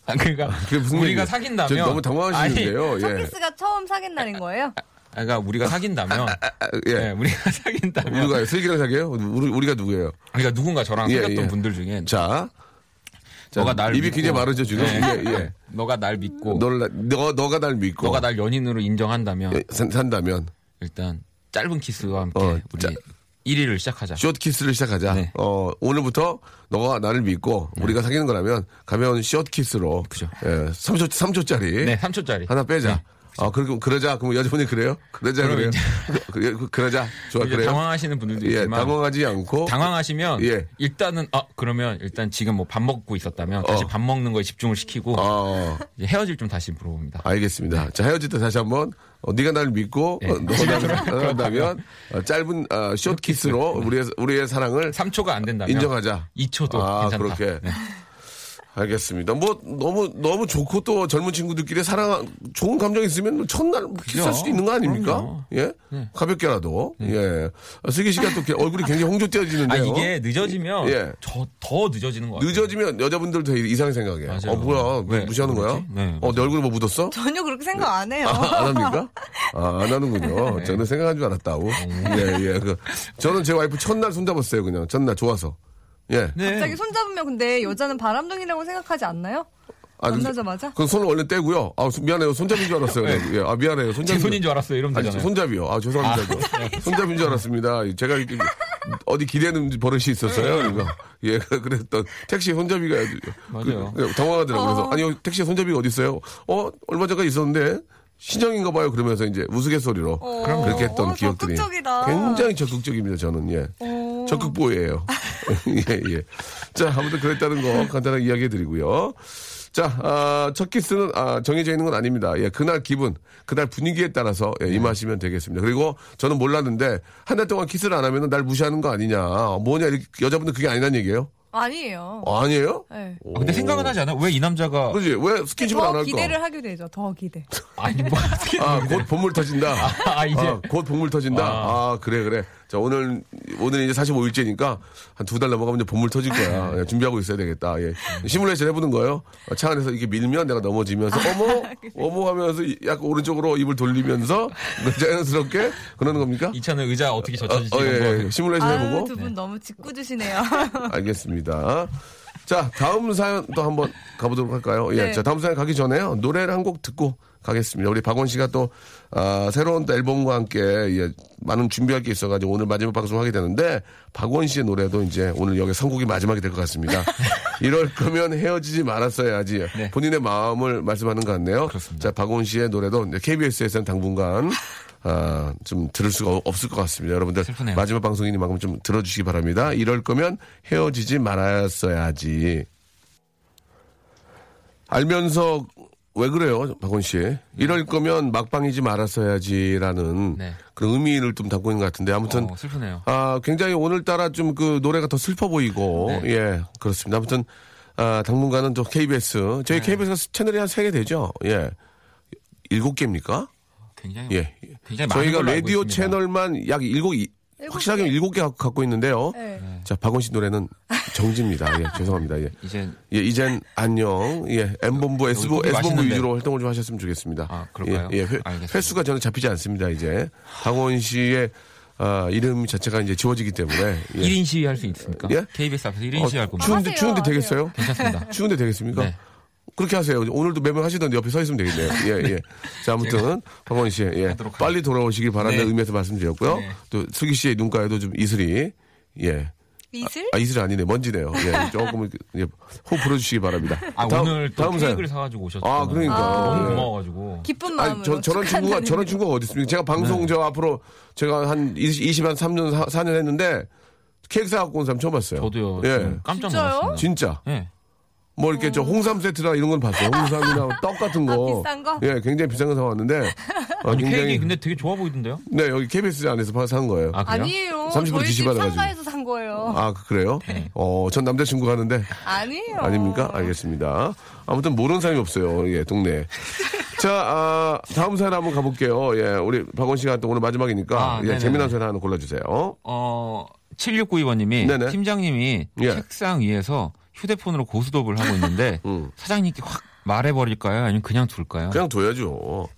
E: 아, 그러니까
A: 그게 무슨
E: 우리가
A: 얘기예요? 저
E: 사귄다면
A: 너무 당황하시는데요.
F: 첫
A: 예.
F: 키스가 처음 사귄 날인 거예요?
E: 아니, 그러니까 우리가 사귄다면
A: 아,
E: 예.
A: 예.
E: 우리가 사귄다면
A: 우리가 슬기랑 사귀어요? 우리, 우리가 누구예요?
E: 그러니까 누군가 저랑
A: 예,
E: 사귀었던
A: 예.
E: 분들 중에
A: 자. 자,
E: 너가 날
A: 입이
E: 믿고.
A: 굉장히 마르죠, 지금?
E: 예.
A: 예, 예.
E: 너가 날 믿고
A: 널, 나- 너, 너가 날 믿고.
E: 너가 날 연인으로 인정한다면
A: 예, 산, 산다면.
E: 일단 짧은 키스와 함께
A: 어,
E: 우리
A: 짜-
E: 1위를 시작하자.
A: 숏키스를 시작하자.
E: 네.
A: 어, 오늘부터 너가 나를 믿고 우리가 사귀는 거라면 가면 숏키스로.
E: 그죠.
A: 예, 3초, 3초짜리.
E: 네, 3초짜리.
A: 하나 빼자. 아, 그리고 그러자. 그럼 여자분이 그래요? 그러자
E: 그럼
A: 그래요. 그, 그, 그러자. 좋아
E: 이제
A: 그래요.
E: 당황하시는 분들도
A: 예,
E: 있지만
A: 당황하지 않고
E: 당황하시면
A: 예.
E: 일단은 아 그러면 일단 지금 뭐 밥 먹고 있었다면 다시
A: 어.
E: 밥 먹는 거에 집중을 시키고
A: 어,
E: 이제 헤어질 좀 다시 물어봅니다.
A: 알겠습니다. 자, 헤어질 때 다시 한번 어, 네가 나를 믿고
E: 예.
A: 어, 너가 나를 사랑한다면 어, 짧은 어,
E: 네.
A: 숏키스로 우리의 우리의 사랑을
E: 3초가 안 된다면
A: 인정하자.
E: 2초도
A: 아,
E: 괜찮다. 네.
A: 그렇게. 알겠습니다. 뭐 너무 너무 좋고 또 젊은 친구들끼리 사랑 좋은 감정 있으면 뭐 첫날 키스할 수도 있는 거 아닙니까?
E: 그럼요. 네.
A: 예, 가볍게라도 예. 아, 슬기 씨가 또 게- 얼굴이 굉장히
E: 아
A: 홍조떼어지는데요.
E: 이게 늦어지면
A: 예.
E: 저, 더 늦어지는 거 같아요.
A: 늦어지면 여자분들 되게 이상하게 생각해.
E: 맞아요.
A: 어 뭐야
E: 왜,
A: 무시하는 거야?
E: 그러지? 네,
A: 어 내 얼굴에 뭐 묻었어?
F: 전혀 그렇게 생각 안 해요.
A: 아, 안 합니까? 아, 안 하는군요.
E: 네.
A: 저는 생각한 줄 알았다고. 예, 예. 그, 저는 제 와이프 첫날 손잡았어요, 그냥. 첫날 좋아서. 예.
E: 네.
F: 갑자기 손잡으면 근데
A: 음.
F: 여자는 바람둥이라고 생각하지 않나요?
A: 아, 그-
F: 만나자마자?
A: 그 손을 얼른 떼고요. 아, 손- 미안해요. 손잡이인 줄 알았어요. 예, 아, 미안해요.
E: 네. 제
A: 손잡이.
E: 손인 줄 알았어요. 이러면
A: 아니,
E: 되잖아요. 네.
A: 손잡이요. 아, 죄송합니다. 저. 손잡이인 줄 알았습니다. 제가 이렇게 어디 기대는 버릇이 있었어요, 이거. 예, 그랬던 택시 손잡이가 아주
E: 네. 맞아요.
A: 그- 그 당황하더라고요.
F: 어.
A: 그래서 아니요, 택시 손잡이가 어디 있어요? 어, 얼마 전까지 있었는데 신형인가 봐요. 그러면서 이제 우스갯소리로
F: 그럼요.
A: 그렇게 했던
F: 어,
A: 기억들이
F: 적극적이다. 어.
A: 굉장히 적극적이입니다. 저는 예, 적극 보호예요. 예, 예. 자, 아무튼 그랬다는 거 간단하게 이야기해 드리고요. 자, 아, 첫 키스는 아, 정해져 있는 건 아닙니다. 예, 그날 기분, 그날 분위기에 따라서
F: 네.
A: 예, 임하시면 되겠습니다. 그리고 저는 몰랐는데 한 달 동안 키스를 안 하면 날 무시하는 거 아니냐, 뭐냐 이렇게 여자분들 그게 아니란 얘기예요?
F: 아니에요.
A: 어, 아니에요?
F: 네.
E: 아, 근데 생각은 하지 않아요? 왜 이 남자가
A: 그렇지 왜 스킨십을 안
F: 더
A: 할까?
F: 기대를 하게 되죠. 더 기대.
E: 아니 뭐 어떻게
A: 아, 곧 본물 터진다.
E: 아, 이제
A: 아, 곧 본물 터진다. 아. 그래, 그래. 자, 오늘, 오늘 이제 45일째니까 한 두 달 넘어가면 이제 본물 터질
E: 아.
A: 거야. 예, 준비하고 있어야 되겠다. 예. 시뮬레이션 해보는 거예요. 어, 차 안에서 이렇게 밀면 내가 넘어지면서,
E: 아.
A: 어머! 어머! 하면서 이- 약간 오른쪽으로 입을 돌리면서 자연스럽게 그러는 겁니까?
E: 이 차는 의자 어떻게
A: 어,
E: 젖혀지지?
A: 어,
E: 이런
A: 예,
E: 거.
A: 예. 시뮬레이션
F: 아유,
A: 해보고.
F: 두 분 너무 짓궂으시네요.
A: 알겠습니다. 자, 다음 사연 또 한번 가보도록 할까요? 예.
F: 네.
A: 자, 다음 사연 가기 전에요. 노래를 한 곡 듣고 가겠습니다. 우리 박원 씨가 또, 아, 새로운 또 앨범과 함께, 예, 많은 준비할 게 있어가지고 오늘 마지막 방송하게 되는데, 박원 씨의 노래도 이제 오늘 여기 선곡이 마지막이 될 것 같습니다. 이럴 거면 헤어지지 말았어야지
E: 네.
A: 본인의 마음을 말씀하는 것 같네요.
E: 그렇습니다.
A: 자, 박원 씨의 노래도 KBS에서는 당분간, 아, 좀 들을 수가 없을 것 같습니다. 여러분들
E: 슬프네요.
A: 마지막 방송이니만큼 좀 들어주시기 바랍니다. 이럴 거면 헤어지지 말았어야지. 알면서 왜 그래요, 박원 씨? 이럴 거면 막방이지 말았어야지라는
E: 네.
A: 그런 의미를 좀 담고 있는 것 같은데 아무튼
E: 어, 슬프네요.
A: 아, 굉장히 오늘따라 좀 그 노래가 더 슬퍼 보이고,
E: 네.
A: 예, 그렇습니다. 아무튼, 아, 당분간은 저 KBS,
E: 네.
A: 저희 KBS 채널이 한 세 개 되죠? 예. 일곱 개입니까
E: 굉장히
A: 예.
E: 음. 굉장히 많은
A: 저희가
E: 걸로 알고
A: 라디오
E: 있습니다.
A: 채널만 약 일곱 이-
F: 일곱
A: 확실하게
F: 개.
A: 일곱 개 갖- 갖고 있는데요.
F: 네.
A: 자, 박원 씨 노래는 정지입니다. 예, 죄송합니다. 예.
E: 이제
A: 예, 이젠 안녕. 예, M본부, S본부,
E: 아, 여기
A: S본부
E: 맛있는데.
A: 위주로 활동을 좀 하셨으면 좋겠습니다.
E: 아, 그럴까요?
A: 예, 예, 회,
E: 알겠습니다.
A: 횟수가 저는 잡히지 않습니다, 이제. 강원 씨의 아, 이름 자체가 이제 지워지기 때문에. 예.
E: 1인 시위 할 수 있습니까?
A: 예?
E: KBS 앞에서 1인
A: 어,
E: 시위 할 겁니다.
A: 추운데,
F: 하세요,
A: 추운데
F: 하세요.
A: 되겠어요?
E: 괜찮습니다.
A: 추운데 되겠습니까?
E: 네.
A: 그렇게 하세요. 오늘도 매번 하시던데 옆에 서 있으면 되겠네요. 예, 예. 자, 아무튼, 박원 씨, 예.
E: 하도록
A: 빨리 돌아오시길 바라는
E: 네.
A: 의미에서 말씀드렸고요.
E: 네.
A: 또, 슬기 씨의 눈가에도 좀 이슬이, 예.
F: 이슬?
A: 아, 이슬이 아니네. 먼지네요. 예. 조금, 예. 호흡 불어주시기 바랍니다.
E: 아 오늘 또
A: 다음 사연.
E: 케이크를 사가지고 오셨어요.
A: 아, 그러니까.
E: 너무
A: 예.
E: 고마워가지고.
F: 기쁜 마음으로.
A: 아니, 저, 저런 친구가,
F: 뭐 축하한다는
A: 저런 친구가 어디 있습니까? 제가 방송
E: 네.
A: 저 앞으로 제가 한 20, 한 3년, 4, 년 했는데 케이크 사갖고 온 사람 처음 봤어요.
E: 저도요. 네.
A: 예.
E: 지금 깜짝
F: 진짜요?
E: 놀랐습니다.
A: 진짜.
E: 예.
A: 뭐 이렇게 저 홍삼 세트나 이런 건 봤어요. 홍삼이나 떡 같은 거.
F: 음. 아, 비싼 거?
A: 예, 굉장히 비싼 거 사왔는데. 어,
E: 아니 케이크 근데 되게 좋아 보이던데요?
A: 네, 여기 KBS 안에서 파- 산 거예요. 아,
E: 아 그래요?
F: 아니에요.
A: 30으로
F: 저희 집
A: 뒤집어놔가지고.
F: 상가에서 산 거예요.
A: 그래요?
E: 네.
A: 어, 전 남자친구 가는데.
F: 아니에요.
A: 아닙니까? 알겠습니다. 아무튼 모르는 사람이 없어요. 예, 동네. 자, 아, 다음 사연 한번 가볼게요. 예, 우리 박원 씨가 또 오늘 마지막이니까
E: 아,
A: 예,
E: 네네네.
A: 재미난 사연 하나 골라주세요.
E: 어 7692번님이
A: 네네.
E: 팀장님이
A: 예.
E: 책상 위에서 휴대폰으로 고스톱을 하고 있는데
A: 음.
E: 사장님께 확 말해버릴까요? 아니면 그냥 둘까요?
A: 그냥 둬야죠.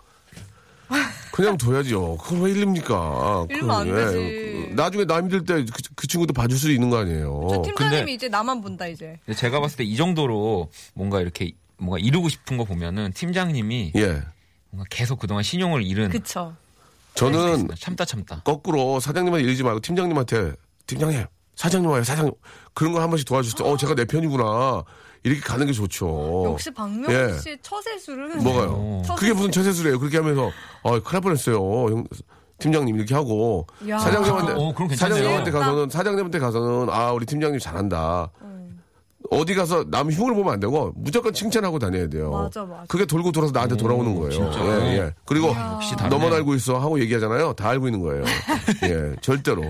A: 그냥 둬야죠. 그걸 왜 일립니까?
F: 일면 안
A: 그걸 왜.
F: 되지.
A: 그, 나중에 나 힘들 때 그 친구도 봐줄 수 있는 거 아니에요.
F: 저 팀장님이
E: 근데-
F: 이제 나만 본다 이제.
E: 근데 제가 봤을 때 이 정도로 뭔가 이렇게 뭔가 이루고 싶은 거 보면은 팀장님이
A: 예.
E: 뭔가 계속 그동안 신용을 잃은
F: 그쵸. 네,
A: 저는
E: 참다 참다.
A: 거꾸로 사장님한테 이러지 말고 팀장님한테 팀장님, 사장님 와요, 사장님. 그런 거 한 번씩 도와주실 때, 어, 제가 내 편이구나. 이렇게 가는 게 좋죠.
F: 역시 박명수 씨의 처세술은
A: 어. 예. 뭐가요?
F: 처세술.
A: 그게 무슨 처세술이에요? 그렇게 하면서 아 큰일 뻔했어요. 형, 팀장님 이렇게 하고
F: 야.
A: 사장님한테
E: 어, 그럼 괜찮네요.
A: 사장님한테 가서는 사장님한테 가서는 아 우리 팀장님 잘한다.
F: 음.
A: 어디 가서 남 흉을 보면 안 되고 무조건 칭찬하고 다녀야 돼요.
F: 네. 맞아, 맞아.
A: 그게 돌고 돌아서 나한테 돌아오는 거예요.
E: 진짜.
A: 예, 예. 그리고
E: 역시 다르네.
A: 너만 알고 있어 하고 얘기하잖아요. 다 알고 있는 거예요. 예, 절대로.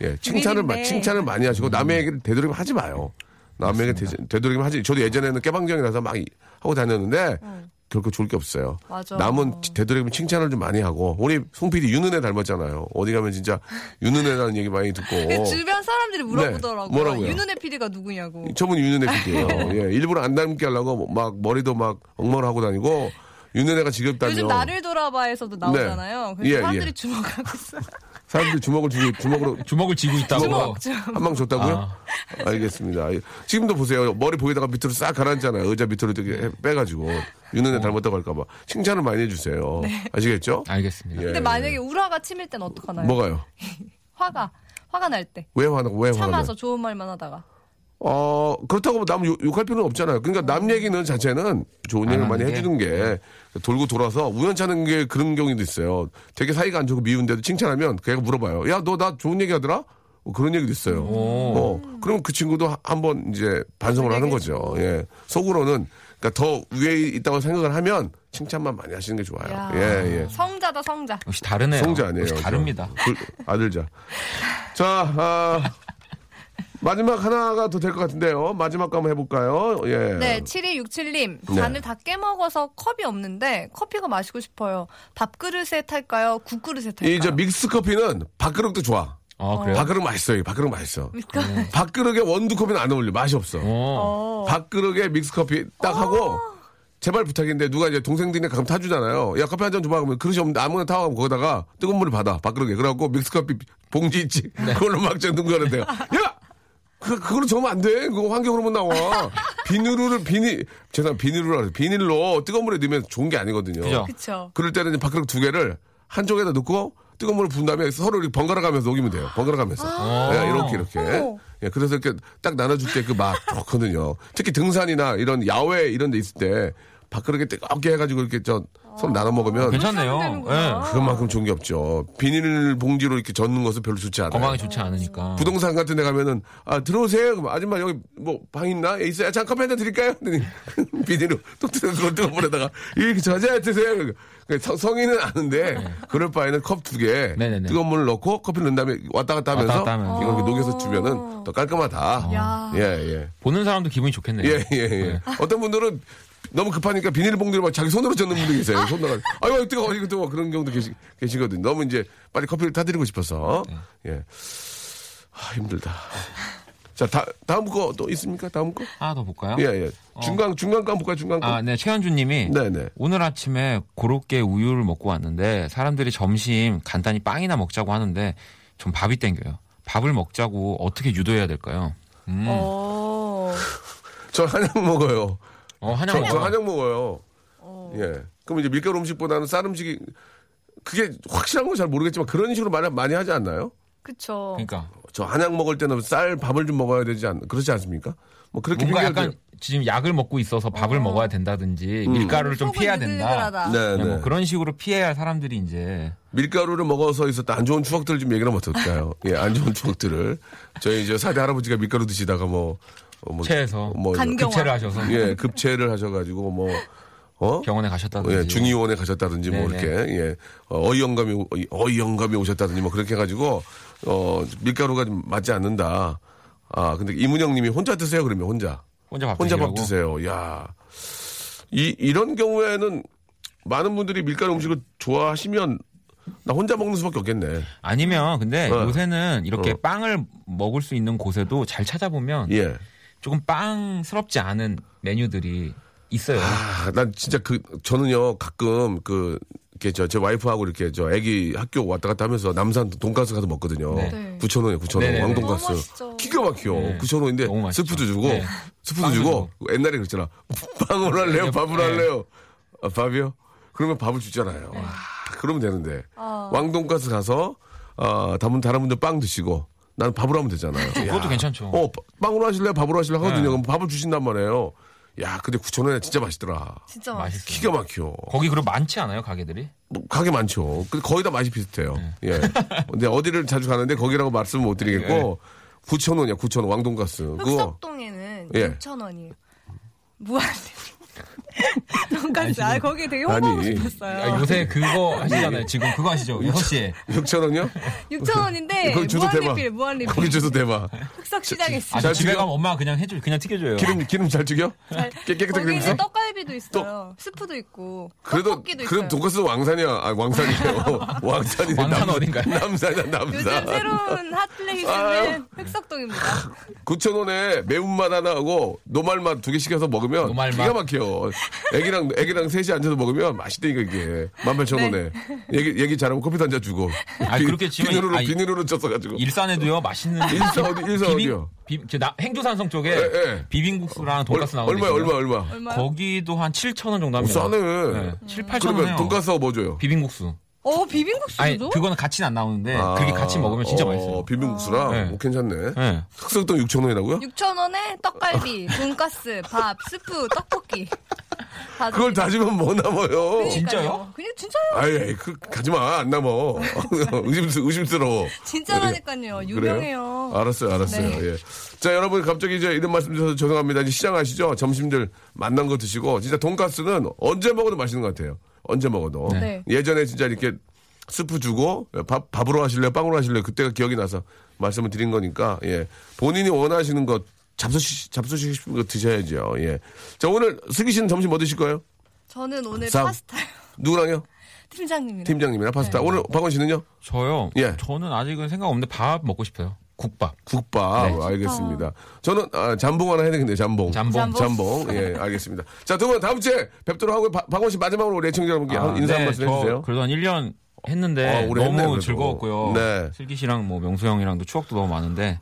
A: 예, 칭찬을 마-
F: 비밀인데. 음.
A: 칭찬을 많이 하시고 남의 얘기를 되도록 하지 마요. 남에게 되, 되도록이면 하지. 저도 예전에는 깨방정이라서 막 이- 하고 다녔는데 결코 좋을 게 없어요.
F: 네. 맞아.
A: 남은 지- 되도록이면 칭찬을 좀 많이 하고 우리 송 PD 윤은혜 닮았잖아요. 어디 가면 진짜 윤은혜라는 얘기 많이 듣고.
F: 그 주변 사람들이
A: 어.
F: 물어보더라고요.
A: 네. 뭐라고요?
F: 윤은혜 PD가 누구냐고.
A: 저분 윤은혜 PD예요. 예, 일부러 안 닮게 하려고 막 머리도 막 엉망을 하고 다니고 윤은혜가 지겹다며
F: 요즘 나를 돌아봐에서도 나오잖아요.
A: 네.
F: 그래서
A: 예,
F: 사람들이
A: 예.
F: 주목하고 있어.
A: 사람들이 주먹을 주고 주먹으로
E: 주먹을 쥐고 있다고.
A: 주먹 한 방 줬다고요?
E: 아.
A: 알겠습니다. 예. 지금도 보세요. 머리 보이다가 밑으로 싹 가라앉잖아요. 의자 밑으로 이렇게 해- 빼가지고 윤은혜 닮았다고 할까봐 칭찬을 많이 해주세요. 아시겠죠?
E: 알겠습니다.
A: 예.
F: 네. 근데 만약에 우라가 침일 땐 어떡하나요?
A: 뭐가요?
F: 화가 화가 날 때.
A: 왜 예, 화나고 왜 화나고?
F: 참아서 좋은 말만 하다가.
A: 어, 그렇다고 뭐 남 욕- 욕할 필요는 없잖아요. 그러니까 남 얘기는 자체는 좋은 얘기를
E: 음. 안
A: 많이
E: 하는
A: 해주는 게 돌고 돌아서 우연찮은 게 그런 경우도 있어요. 되게 사이가 안 좋고 미운데도 칭찬하면 걔가 물어봐요. 야, 너 나 좋은 얘기 하더라? 뭐 그런 얘기도 있어요.
E: 음.
A: 어, 그럼 그 친구도 하- 한번 이제 반성을 하는 거죠. 예. 속으로는 그러니까 더 위에 있다고 생각을 하면 칭찬만 많이 하시는 게 좋아요.
F: 야.
A: 예, 예.
F: 성자다 성자.
E: 역시 다르네요.
A: 성자 아니에요.
E: 역시 다릅니다.
A: 저, 둘, 아들자. 자, 아, 마지막 하나가 더 될 것 같은데요. 마지막 거 한번 해볼까요? 예.
F: 네, 7267님.
A: 네.
F: 잔을 다 깨먹어서 컵이 없는데 커피가 마시고 싶어요. 밥그릇에 탈까요? 국그릇에 탈까요?
A: 이 저 믹스 커피는 밥그릇도 좋아.
E: 아, 그래요?
A: 밥그릇 맛있어요. 이 밥그릇 맛있어. 음.
F: 그러니까
A: 밥그릇에 원두 커피는 안 어울려. 맛이 없어.
E: 어.
A: 밥그릇에 믹스 커피 딱 하고 제발 부탁인데 누가 이제 동생들이나 가끔 타주잖아요. 야 커피 한 잔 줘봐 그러면 그릇이 없는데 아무나 타고 거기다가 뜨거운 물을 받아 밥그릇에 그래갖고 믹스 커피 봉지 있지
E: 네.
A: 그걸로 막 적는 거는데 야 그, 그걸로 적으면 안 돼. 그거 환경으로만 나와. 비누를, 비닐, 죄송합니다. 비닐로, 하세요. 비닐로 뜨거운 물에 넣으면 좋은 게 아니거든요.
E: 그죠?
F: 그쵸.
A: 그럴 때는 이제 밥그릇 두 개를 한쪽에다 넣고 뜨거운 물을 부은 다음에 서로 이렇게 번갈아 가면서 녹이면 돼요. 번갈아 가면서. 예, 이렇게 이렇게. 예, 그래서 이렇게 딱 나눠줄 때 그 맛 좋거든요. 특히 등산이나 이런 야외 이런 데 있을 때 밥그릇에 뜨겁게 해가지고 이렇게 저 서로 나눠 먹으면
F: 아.
E: 괜찮네요.
F: 되는구나.
E: 예.
A: 그만큼 좋은 게 없죠. 비닐 봉지로 이렇게 젓는 것은 별로 좋지 않아요.
E: 건강에 좋지 않으니까.
A: 부동산 같은 데 가면은 아 들어오세요. 그럼 아줌마 여기 뭐 방 있나? 예, 있어요. 잠깐 만나 드릴까요? 그랬더니 비닐로 또 뜨거운 물에다가 이렇게 저자 드세요. 그러니까 성- 성인은 아는데 그럴 바에는 컵 두 개
E: 네네네.
A: 뜨거운 물을 넣고 커피를 넣은 다음에 왔다 갔다 하면서
E: 왔다 갔다 하면서.
A: 이걸 이렇게 녹여서 주면은 더 깔끔하다. 예예 예.
E: 보는 사람도 기분이 좋겠네요.
A: 예, 예, 예. 어떤 분들은 너무 급하니까 비닐봉지를 막 자기 손으로 젓는 분도 계세요. 손 나가. 아유, 아유, 뜨거워. 이거 뜨거워. 그런 경우도 계시, 계시거든요. 너무 이제 빨리 커피를 타드리고 싶어서. 예. 아, 힘들다. 자, 다, 다음 거 또 있습니까? 다음 거?
E: 하나 더 볼까요?
A: 예, 예. 중간, 중간 거 볼까요? 중간 거?
E: 아, 네. 최현준 님이
A: 네, 네.
E: 오늘 아침에 고로케 우유를 먹고 왔는데 사람들이 점심 간단히 빵이나 먹자고 하는데 전 밥이 땡겨요. 밥을 먹자고 어떻게 유도해야 될까요? 음.
F: 어.
A: 저 한약 먹어요.
E: 어,
A: 저,
E: 한양
A: 저 한약 먹어요. 예. 그럼 이제 밀가루 음식보다는 쌀 음식이 그게 확실한 건 잘 모르겠지만 그런 식으로 많이, 많이 하지 않나요?
F: 그쵸.
E: 그러니까
A: 저 한약 먹을 때는 쌀 밥을 좀 먹어야 되지 않 그렇지 않습니까? 뭐 그렇게
E: 뭔가
A: 얘기할 때-
E: 약간 지금 약을 먹고 있어서 밥을 먹어야 된다든지 밀가루를 좀
F: 속은
E: 피해야 된다.
F: 느글느글하다.
A: 음. 네,
E: 네,
A: 네.
E: 뭐 그런 식으로 피해야 사람들이 이제
A: 밀가루를 먹어서 있었던 안 좋은 추억들 좀 얘기를 하면 어떨까요? 예, 안 좋은 추억들을 저희 이제 사대 할아버지가 밀가루 드시다가 뭐, 어, 뭐
E: 체해서
A: 뭐
F: 간경-
E: 급체를 하셔서
A: 예, 급체를 하셔가지고 뭐 어?
E: 병원에 가셨다든지 뭐.
A: 예, 중의원에 가셨다든지 뭐
E: 네네.
A: 이렇게 예, 어, 어이 영감이 오- 어이- 어이 영감이 오셨다든지 뭐 그렇게 해가지고 어 밀가루가 좀 맞지 않는다. 아 근데 이문영님이 혼자 드세요 그러면 혼자
E: 혼자 밥
A: 혼자 밥
E: 드시려고?
A: 드세요. 야, 이 이런 경우에는 많은 분들이 밀가루 음식을 좋아하시면 나 혼자 먹는 수밖에 없겠네.
E: 아니면 근데
A: 어.
E: 요새는 이렇게
A: 어.
E: 빵을 먹을 수 있는 곳에도 잘 찾아보면
A: 예.
E: 조금 빵스럽지 않은 메뉴들이 있어요.
A: 아, 난 진짜 그 저는요 가끔 그 이렇게 저제 와이프하고 이렇게 저 아기 학교 왔다 갔다 하면서 남산 돈가스 가서 먹거든요.
E: 네.
F: 네.
A: 9천 원에 9천 원
E: 네네네.
A: 왕돈가스.
F: 너무 맛있죠.
A: 기가 막히요.
E: 네.
A: 9천 원인데
E: 너무 맛있죠.
A: 스프도 주고
E: 네.
A: 스프도
E: 빵도
A: 주고 옛날에 그랬잖아. 빵을 할래요, 밥을
E: 네.
A: 할래요. 아, 밥이요? 그러면 밥을 주잖아요. 와, 그러면 되는데
F: 아.
A: 왕돈가스 가서 아, 다른 다른 분들 빵 드시고 나는 밥으로 하면 되잖아요.
E: 그것도
A: 야.
E: 괜찮죠.
A: 어, 바- 빵으로 하실래요? 밥으로 하실래요? 하거든요.
E: 네.
A: 그럼 밥을 주신단 말이에요. 야, 근데 9,000원에 진짜 맛있더라.
F: 진짜 맛있어.
E: 맛있어.
A: 기가 막혀.
E: 거기 그럼 많지 않아요 가게들이?
A: 뭐, 가게 많죠. 근데 거의 다 맛이 비슷해요.
E: 네.
A: 예. 근데 어디를 자주 가는데 거기라고 말씀을 못
E: 네.
A: 드리겠고, 9,000원이야, 9,000원. 왕돈가스. 그거.
F: 흑석동에는
A: 예.
F: 6,000원이에요. 무한대. 돈가스. 아, 거기에 되게 홍보하고
A: 아니, 예.
F: 싶었어요.
E: 아, 요새 그거 하시잖아요. 지금 그거 하시죠? 6시에.
A: 6천 원이요?
F: 6,000원인데
A: 거기 주소 대박.
F: 무한리필, 무한리필.
A: 거기 주소 대박.
F: 흑석 시장했어요.
E: 아,
A: 잘
E: 집에
A: 튀겨?
E: 가면 엄마가 그냥 해줘, 그냥 튀겨줘요.
A: 기름 기름 잘 튀겨? 아, 깨- 깨끗하게
F: 거기는
A: 튀겼어?
F: 떡갈비도 있어요. 스프도 있고.
A: 그래도
F: 떡볶이도
A: 그래도
F: 있어요.
A: 돈가스 왕산이야. 아, 왕산이에요. 왕산이
E: 왕산 어딘가요?
A: 남산이야 남산.
F: 요즘 새로운 핫플레이스는 흑석동입니다.
A: 9천 원에 매운맛 하나 하고 노말맛 두 개 시켜서 먹으면
E: 노말맛.
A: 기가 막혀요. 애기랑 애기랑 셋이 앉아서 먹으면 맛있다니까 이게 18,000원에 얘기 얘기 잘하면 커피 한 잔 주고.
E: 아, 그렇게 지금-
A: 비누로
E: 아, 이-
A: 비누로 쪘어 가지고.
E: 일산에도요, 맛있는.
A: 일산 어디- 일산 어디요?
E: 비, 저 나, 행주산성 쪽에
A: 예, 예.
E: 비빔국수랑 돈가스 나오는
A: 얼마
E: 데
A: 얼마
E: 있어요. 네.
A: 얼마.
F: 얼마요?
E: 거기도 한 7천 원 정도 합니다.
A: 싸네.
E: 7, 8천 원.
A: 그러면 돈가스가 뭐 줘요?
E: 비빔국수.
F: 어,
E: 아니,
F: 비빔국수도?
E: 그거는 같이는 안 나오는데, 그게 같이 먹으면 진짜
A: 어,
E: 맛있어요.
A: 비빔국수랑
E: 네.
A: 오, 괜찮네.
E: 네.
A: 흑석동 6,000원이라고요?
F: 6,000원에 떡갈비, 돈가스, 밥, 스프, 떡볶이. 다
A: 그걸
F: 드릴게요.
A: 다지면 뭐 남아요?
E: 진짜- 진짜요?
F: 그냥 진짜요.
A: 아이, 그 가지 마. 안 남어. 의심스, 의심스러워.
F: 진짜라니까요.
A: 그래요?
F: 유명해요.
A: 알았어요, 알았어요.
F: 네.
A: 예. 자, 여러분 갑자기 이제 이런 말씀드려서 죄송합니다. 이제 시장 아시죠? 점심들 만난 거 드시고 진짜 돈가스는 언제 먹어도 맛있는 것 같아요. 언제 먹어도.
F: 네.
A: 예전에 진짜 이렇게 스프 주고 밥 밥으로 하실래요, 빵으로 하실래요? 그때가 기억이 나서 말씀을 드린 거니까 예. 본인이 원하시는 것 잡수시 잡수시고 싶은 거 드셔야죠. 예. 자, 오늘 슬기 씨는 점심 뭐 드실 거예요?
F: 저는 오늘
A: 쌈.
F: 파스타요.
A: 누구랑요?
F: 팀장님이랑.
A: 팀장님이랑 파스타.
F: 네.
A: 오늘 박원 씨는요?
E: 저요?
A: 예.
E: 저는 아직은 생각 없는데 밥 먹고 싶어요. 국밥.
A: 국밥 아, 알겠습니다. 저는 아, 잠봉 하나 해야 되겠네요. 잠봉.
E: 네. 잠봉.
A: 잠봉. 예, 알겠습니다. 자, 두 분 다음 주에 뵙도록 하고 바- 박원 씨 마지막으로 우리 애청자 여러분께 예, 한- 인사 한
E: 네,
A: 말씀
E: 저
A: 해주세요.
E: 그래도 한 1년
A: 아,
E: 했는데
A: 오래
E: 너무
A: 했네, 그래도.
E: 즐거웠고요.
A: 네.
E: 슬기 씨랑 뭐 명수 형이랑도 추억도 너무 많은데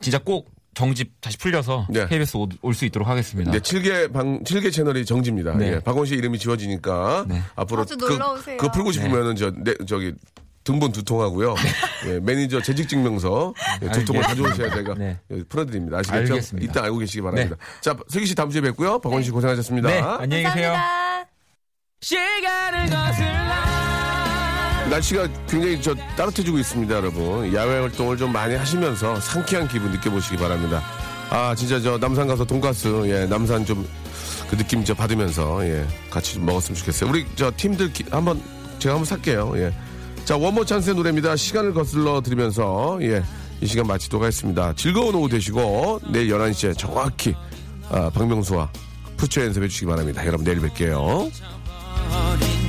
E: 진짜 꼭 정집 다시 풀려서
A: 네.
E: KBS 올 수 있도록 하겠습니다.
A: 네, 7개 방 7개 채널이 정지입니다.
E: 네.
A: 예, 박원 씨 이름이 지워지니까 앞으로
F: 아주
A: 그,
F: 놀러 오세요.
A: 그거 풀고 싶으면은 저 네, 저기 등본 두통하고요. 예, 매니저 재직 증명서 예, 두통을
E: 알겠습니다.
A: 가져오셔야 제가
E: 네.
A: 예, 풀어드립니다. 아시겠죠?
E: 알겠습니다.
A: 일단 알고 계시기 바랍니다. 자, 슬기 씨 다음 주에 뵙고요. 박원 씨 고생하셨습니다.
E: 네, 안녕히 계세요.
F: 감사합니다.
A: 날씨가 굉장히 저 따뜻해지고 있습니다, 여러분. 야외 활동을 좀 많이 하시면서 상쾌한 기분 느껴보시기 바랍니다. 아, 진짜 저 남산 가서 돈가스, 예, 남산 좀 그 느낌 저 받으면서, 예, 같이 좀 먹었으면 좋겠어요. 우리 저 팀들 기- 한번, 제가 한번 살게요, 예. 자, 원모 찬스의 노래입니다. 시간을 거슬러 드리면서, 예, 이 시간 마치도록 하겠습니다. 즐거운 오후 되시고, 내일 11시에 정확히, 아, 박명수와 푸처 연습해 주시기 바랍니다. 여러분, 내일 뵐게요.
G: 어린